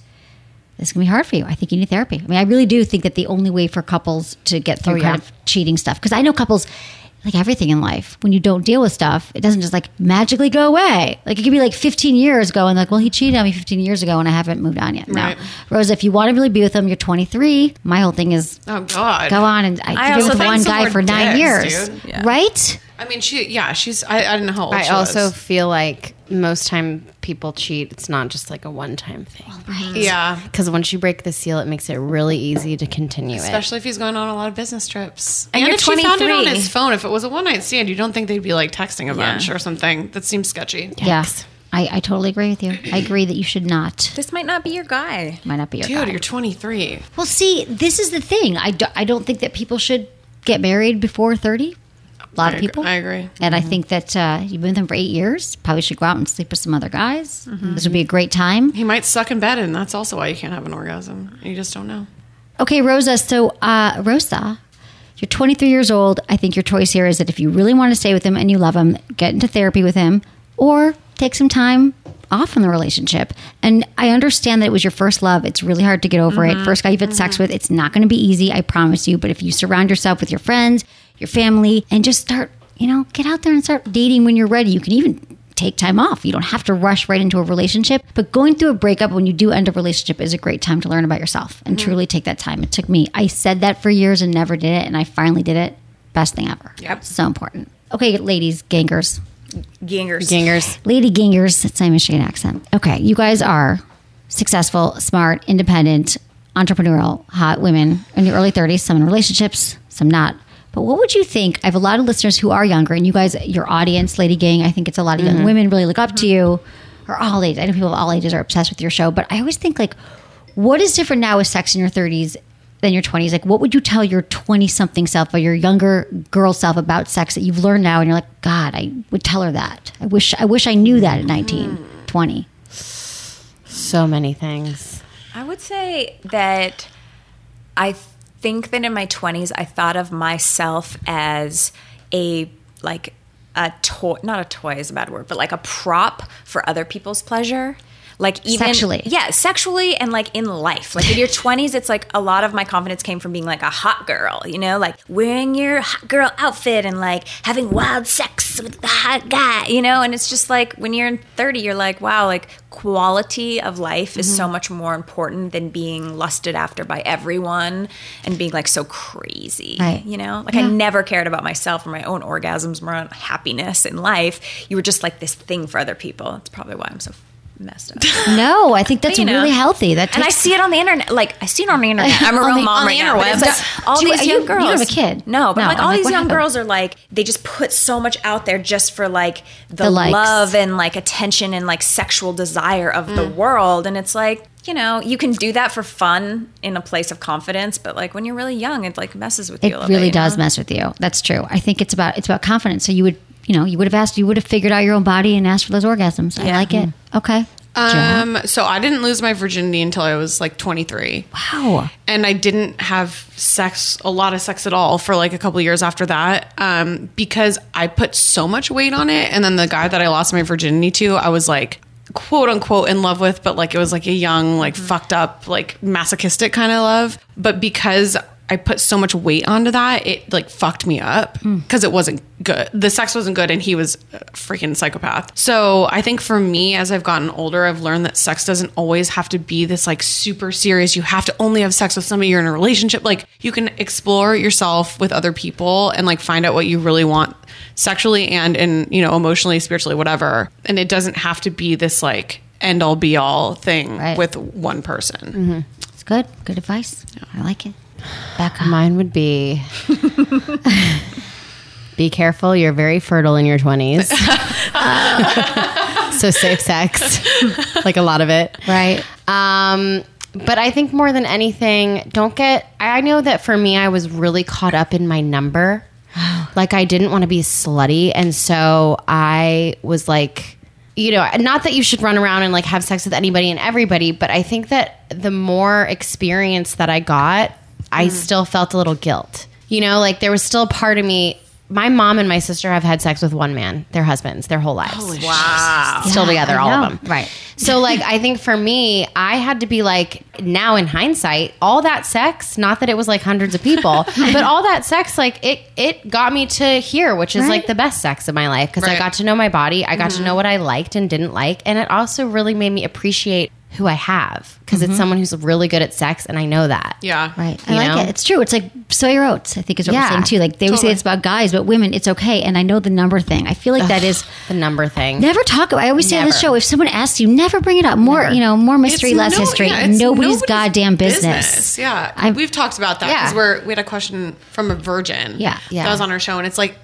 S1: it's going to be hard for you. I think you need therapy. I mean, I really do think that the only way for couples to get through kind of cheating stuff, because I know couples, like everything in life, when you don't deal with stuff, it doesn't just like magically go away. Like it could be like 15 years ago and like, well, he cheated on me 15 years ago and I haven't moved on yet. No.
S3: Right.
S1: Rosa, if you want to really be with him, you're 23. My whole thing is
S3: Oh God.
S1: go on and I,
S5: I
S1: have been
S5: also
S1: with
S5: think
S1: one
S5: some
S1: guy
S5: more
S1: for nine
S3: dicks,
S1: years.
S3: dude.
S1: Right?
S3: I mean, she. Yeah, she's. I, I don't know how old
S4: I
S3: she
S4: also
S3: was.
S4: feel like most time people cheat. It's not just like a one time thing.
S3: Yeah.
S4: Because once you break the seal, it makes it really easy to continue it.
S3: Especially if he's going on a lot of business trips.
S5: And
S3: And,
S5: you're
S3: if she found it on
S5: 23.
S3: his phone, if it was a one night stand, you don't think they'd be like texting a bunch or something. That seems sketchy.
S1: Yeah. I, I totally agree with you. I agree that you should not.
S5: This might not be your guy.
S1: Might not be your
S3: Dude,
S1: guy.
S3: you're 23.
S1: well, see, this is the thing. I, do, I don't think that people should get married before 30. A lot of
S3: I agree-
S1: people.
S3: I agree.
S1: And I think that uh, you've been with them for eight years. Probably should go out and sleep with some other guys. This would be a great time.
S3: He might suck in bed, and that's also why you can't have an orgasm. You just don't know.
S1: Okay, Rosa. So, uh, Rosa, you're 23 years old. I think your choice here is that if you really want to stay with him and you love him, get into therapy with him or take some time off from the relationship. And I understand that it was your first love. It's really hard to get over it. First guy you've had sex with, it's not going to be easy, I promise you. But if you surround yourself with your friends, your family, and just start, you know, get out there and start dating when you're ready, you can even take time off. You don't have to rush right into a relationship, but going through a breakup when you do end a relationship is a great time to learn about yourself and truly take that time. It took me, I said that for years and never did it, and I finally did it. Best thing ever. Yep. So important. Okay, ladies, gangers,
S5: Gingers.
S4: Gingers. Lady.
S1: lady gangers. That's my Michigan accent. Okay, you guys are successful, smart, independent, entrepreneurial, hot women in your early 30s, some in relationships, some not. But what would you think? I have a lot of listeners who are younger, and you guys, your audience, Lady Gang, I think it's a lot of young women really look up to you, or all ages. I know people of all ages are obsessed with your show, but I always think, like, what is different now with sex in your 30s than your 20s? Like, what would you tell your 20 something self or your younger girl self about sex that you've learned now? And you're like, God, I would tell her that. I wish, I wish I knew that at 19, 20.
S4: So many things.
S5: I would say that I think that in my 20s, I thought of myself as a like a toy, not a toy is a bad word, but like a prop for other people's pleasure. Like even
S1: Sexually.
S5: yeah, sexually and like in life. Like in your 20s, it's like a lot of my confidence came from being like a hot girl, you know, like wearing your hot girl outfit and like having wild sex with the hot guy, you know, and it's just like when you're in 30, you're like, wow, like quality of life is so much more important than being lusted after by everyone and being like so crazy,
S1: Right.
S5: you know? Like I never cared about myself or my own orgasms, my own happiness in life. You were just like this thing for other people. That's probably why I'm so messed up.
S1: No, I think that's
S5: you know.
S1: really healthy. That
S5: And I
S1: takes-
S5: see it on the internet. Like I see it on the internet. I'm a
S1: On
S5: real
S1: the-
S5: mom
S1: on
S5: right
S1: the
S5: now. but it's
S1: interwebs.
S5: like, all
S1: Do you-
S5: these
S1: you-
S5: young
S1: you don't
S5: girls.
S1: have a kid.
S5: No, but
S1: No,
S5: like
S1: I'm
S5: all
S1: like,
S5: these
S1: what
S5: young
S1: happened?
S5: girls are like they just put so much out there just for like the,
S1: The likes. Mm.
S5: love and like attention and like sexual desire of the world, and it's like you know, you can do that for fun in a place of confidence, but like when you're really young, it like messes with you. a
S1: It
S5: little
S1: really
S5: bit, you
S1: does
S5: know?
S1: mess with you. That's true. I think it's about it's about confidence. So you would you know you would have asked you would have figured out your own body and asked for those orgasms. I like it.
S5: Mm-hmm.
S1: Okay. Joanne.
S3: Um, so I didn't lose my virginity until I was like 23.
S1: wow.
S3: and I didn't have sex, a lot of sex at all, for like a couple of years after that, um, because I put so much weight on it. And then the guy that I lost my virginity to, I was like, quote unquote, in love with, but like it was like a young, like fucked up, like masochistic kind of love. But because I put so much weight onto that, it like fucked me up
S1: Hmm.
S3: because it wasn't good. The sex wasn't good, and he was a freaking psychopath. So I think for me, as I've gotten older, I've learned that sex doesn't always have to be this like super serious. You have to only have sex with somebody you're in a relationship. Like you can explore yourself with other people and like find out what you really want sexually and in you know emotionally, spiritually, whatever. And it doesn't have to be this like end all be all thing
S1: Right.
S3: with one person.
S1: It's good. Good advice. I like it. Back on.
S4: Mine would be be careful. You're very fertile in your 20s. so safe sex, like a lot of it.
S1: Right.
S4: Um, but I think more than anything, don't get. I know that for me, I was really caught up in my number. Like I didn't want to be slutty, and so I was like, you know, not that you should run around and like have sex with anybody and everybody, but I think that the more experience that I got, I still felt a little guilt. You know, like there was still a part of me. My mom and my sister have had sex with one man, their husbands, their whole lives.
S1: Mm-hmm.
S4: wow. Still together,
S1: I
S4: all
S1: know.
S4: of them.
S1: Right.
S4: So, like, I think for me, I had to be like, now in hindsight, all that sex, not that it was like hundreds of people, but all that sex, like, it, it got me to here, which is like the best sex of my life because I
S3: Right.
S4: got to know my body. I
S1: Mm-hmm.
S4: got to know what I liked and didn't like. And it also really made me appreciate who I have because
S1: Mm-hmm.
S4: it's someone who's really good at sex and I know that.
S3: Yeah.
S1: Right. I
S4: You
S1: like
S4: know?
S1: it. It's true. It's like Sawyer Oates, I think is what
S4: Yeah.
S1: we're saying too. Like they always say it's about guys, but women, it's okay. And I know the number thing. I feel like that is
S4: The number thing.
S1: never talk about I always say on the
S4: Never.
S1: show, if someone asks you, never bring it up. More you know, more mystery,
S3: It's
S1: less
S3: no-
S1: history.
S3: yeah,
S1: nobody's,
S3: it's
S1: goddamn business.
S3: Yeah,
S1: I'm-
S3: we've talked about that because
S4: Yeah.
S3: we're we had a question from a virgin.
S1: Yeah,
S4: yeah.
S3: that was on our show, and it's like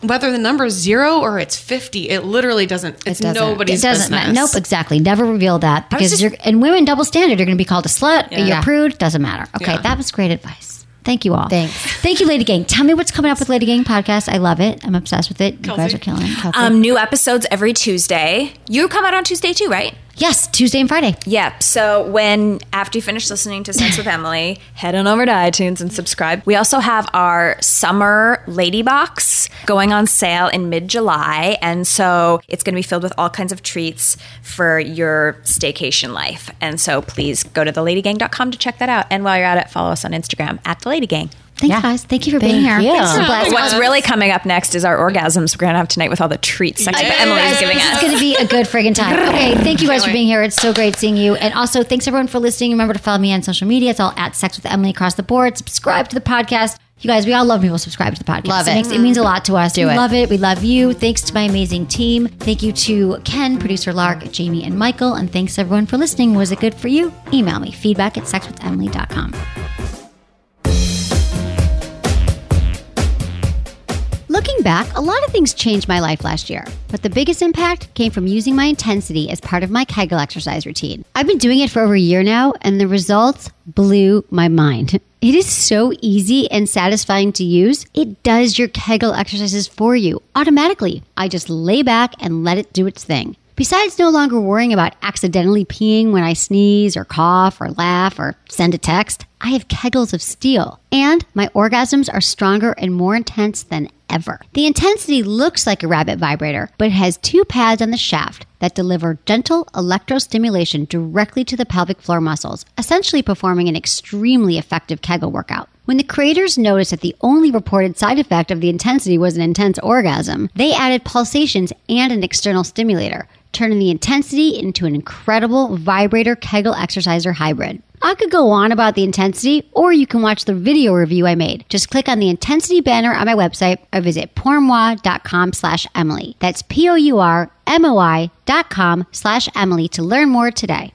S3: whether the number is zero or it's fifty, it literally doesn't. It's
S4: doesn't.
S3: nobody's
S1: It doesn't
S3: business.
S1: matter. Nope, exactly. Never reveal that because
S5: just-
S1: you're and women double standard. You're going to be called a slut. You're
S4: Yeah.
S1: a prude. Doesn't matter. Okay,
S3: Yeah.
S1: that was great advice. Thank you all.
S4: Thanks.
S1: Thank you, Lady Gang. Tell me what's coming up with Lady Gang podcast. I love it. I'm obsessed with it. You guys
S3: Kelsey.
S1: are killing it. Kelsey.
S5: Um, new episodes every Tuesday. You come out on Tuesday too, right?
S1: yes, Tuesday and Friday.
S5: Yep. So when after you finish listening to Sex with Emily, head on over to iTunes and subscribe. We also have our summer lady box going on sale in mid-July, and so it's going to be filled with all kinds of treats for your staycation life. And so please go to theladygang.com to check that out. And while you're at it, follow us on Instagram at the Lady Gang.
S1: Thanks,
S4: Yeah.
S1: guys. Thank you for being
S4: Thank
S1: here.
S4: you.
S1: This was a blast.
S5: What's really coming up next is our orgasms we're going to have tonight with all the treats Sex with Emily is giving
S1: This
S5: us.
S1: is going to be a good friggin' time. Okay, thank you guys for being here. It's so great seeing you. And also, thanks everyone for listening. Remember to follow me on social media. It's all at Sex with Emily across the board. Subscribe to the podcast. You guys, we all love people subscribe to the podcast.
S4: Love it.
S1: makes, it means a lot to us. we
S4: it.
S1: love it. We love you. Thanks to my amazing team. Thank you to Ken, producer Lark, Jamie, and Michael. And thanks everyone for listening. Was it good for you? Email me feedback at sexwithemily.com. Looking back, a lot of things changed my life last year, but the biggest impact came from using my intensity as part of my Kegel exercise routine. I've been doing it for over a year now, and the results blew my mind. It is so easy and satisfying to use. It does your Kegel exercises for you automatically. I just lay back and let it do its thing. Besides no longer worrying about accidentally peeing when I sneeze or cough or laugh or send a text, I have kegels of steel. And my orgasms are stronger and more intense than ever. The intensity looks like a rabbit vibrator, but it has two pads on the shaft that deliver gentle electrostimulation directly to the pelvic floor muscles, essentially performing an extremely effective Kegel workout. When the creators noticed that the only reported side effect of the intensity was an intense orgasm, they added pulsations and an external stimulator, turning the intensity into an incredible vibrator Kegel exerciser hybrid. I could go on about the intensity, or you can watch the video review I made. Just click on the intensity banner on my website or visit pourmoi.com slash Emily. That's P-O-U-R-M-O-I dot com slash Emily to learn more today.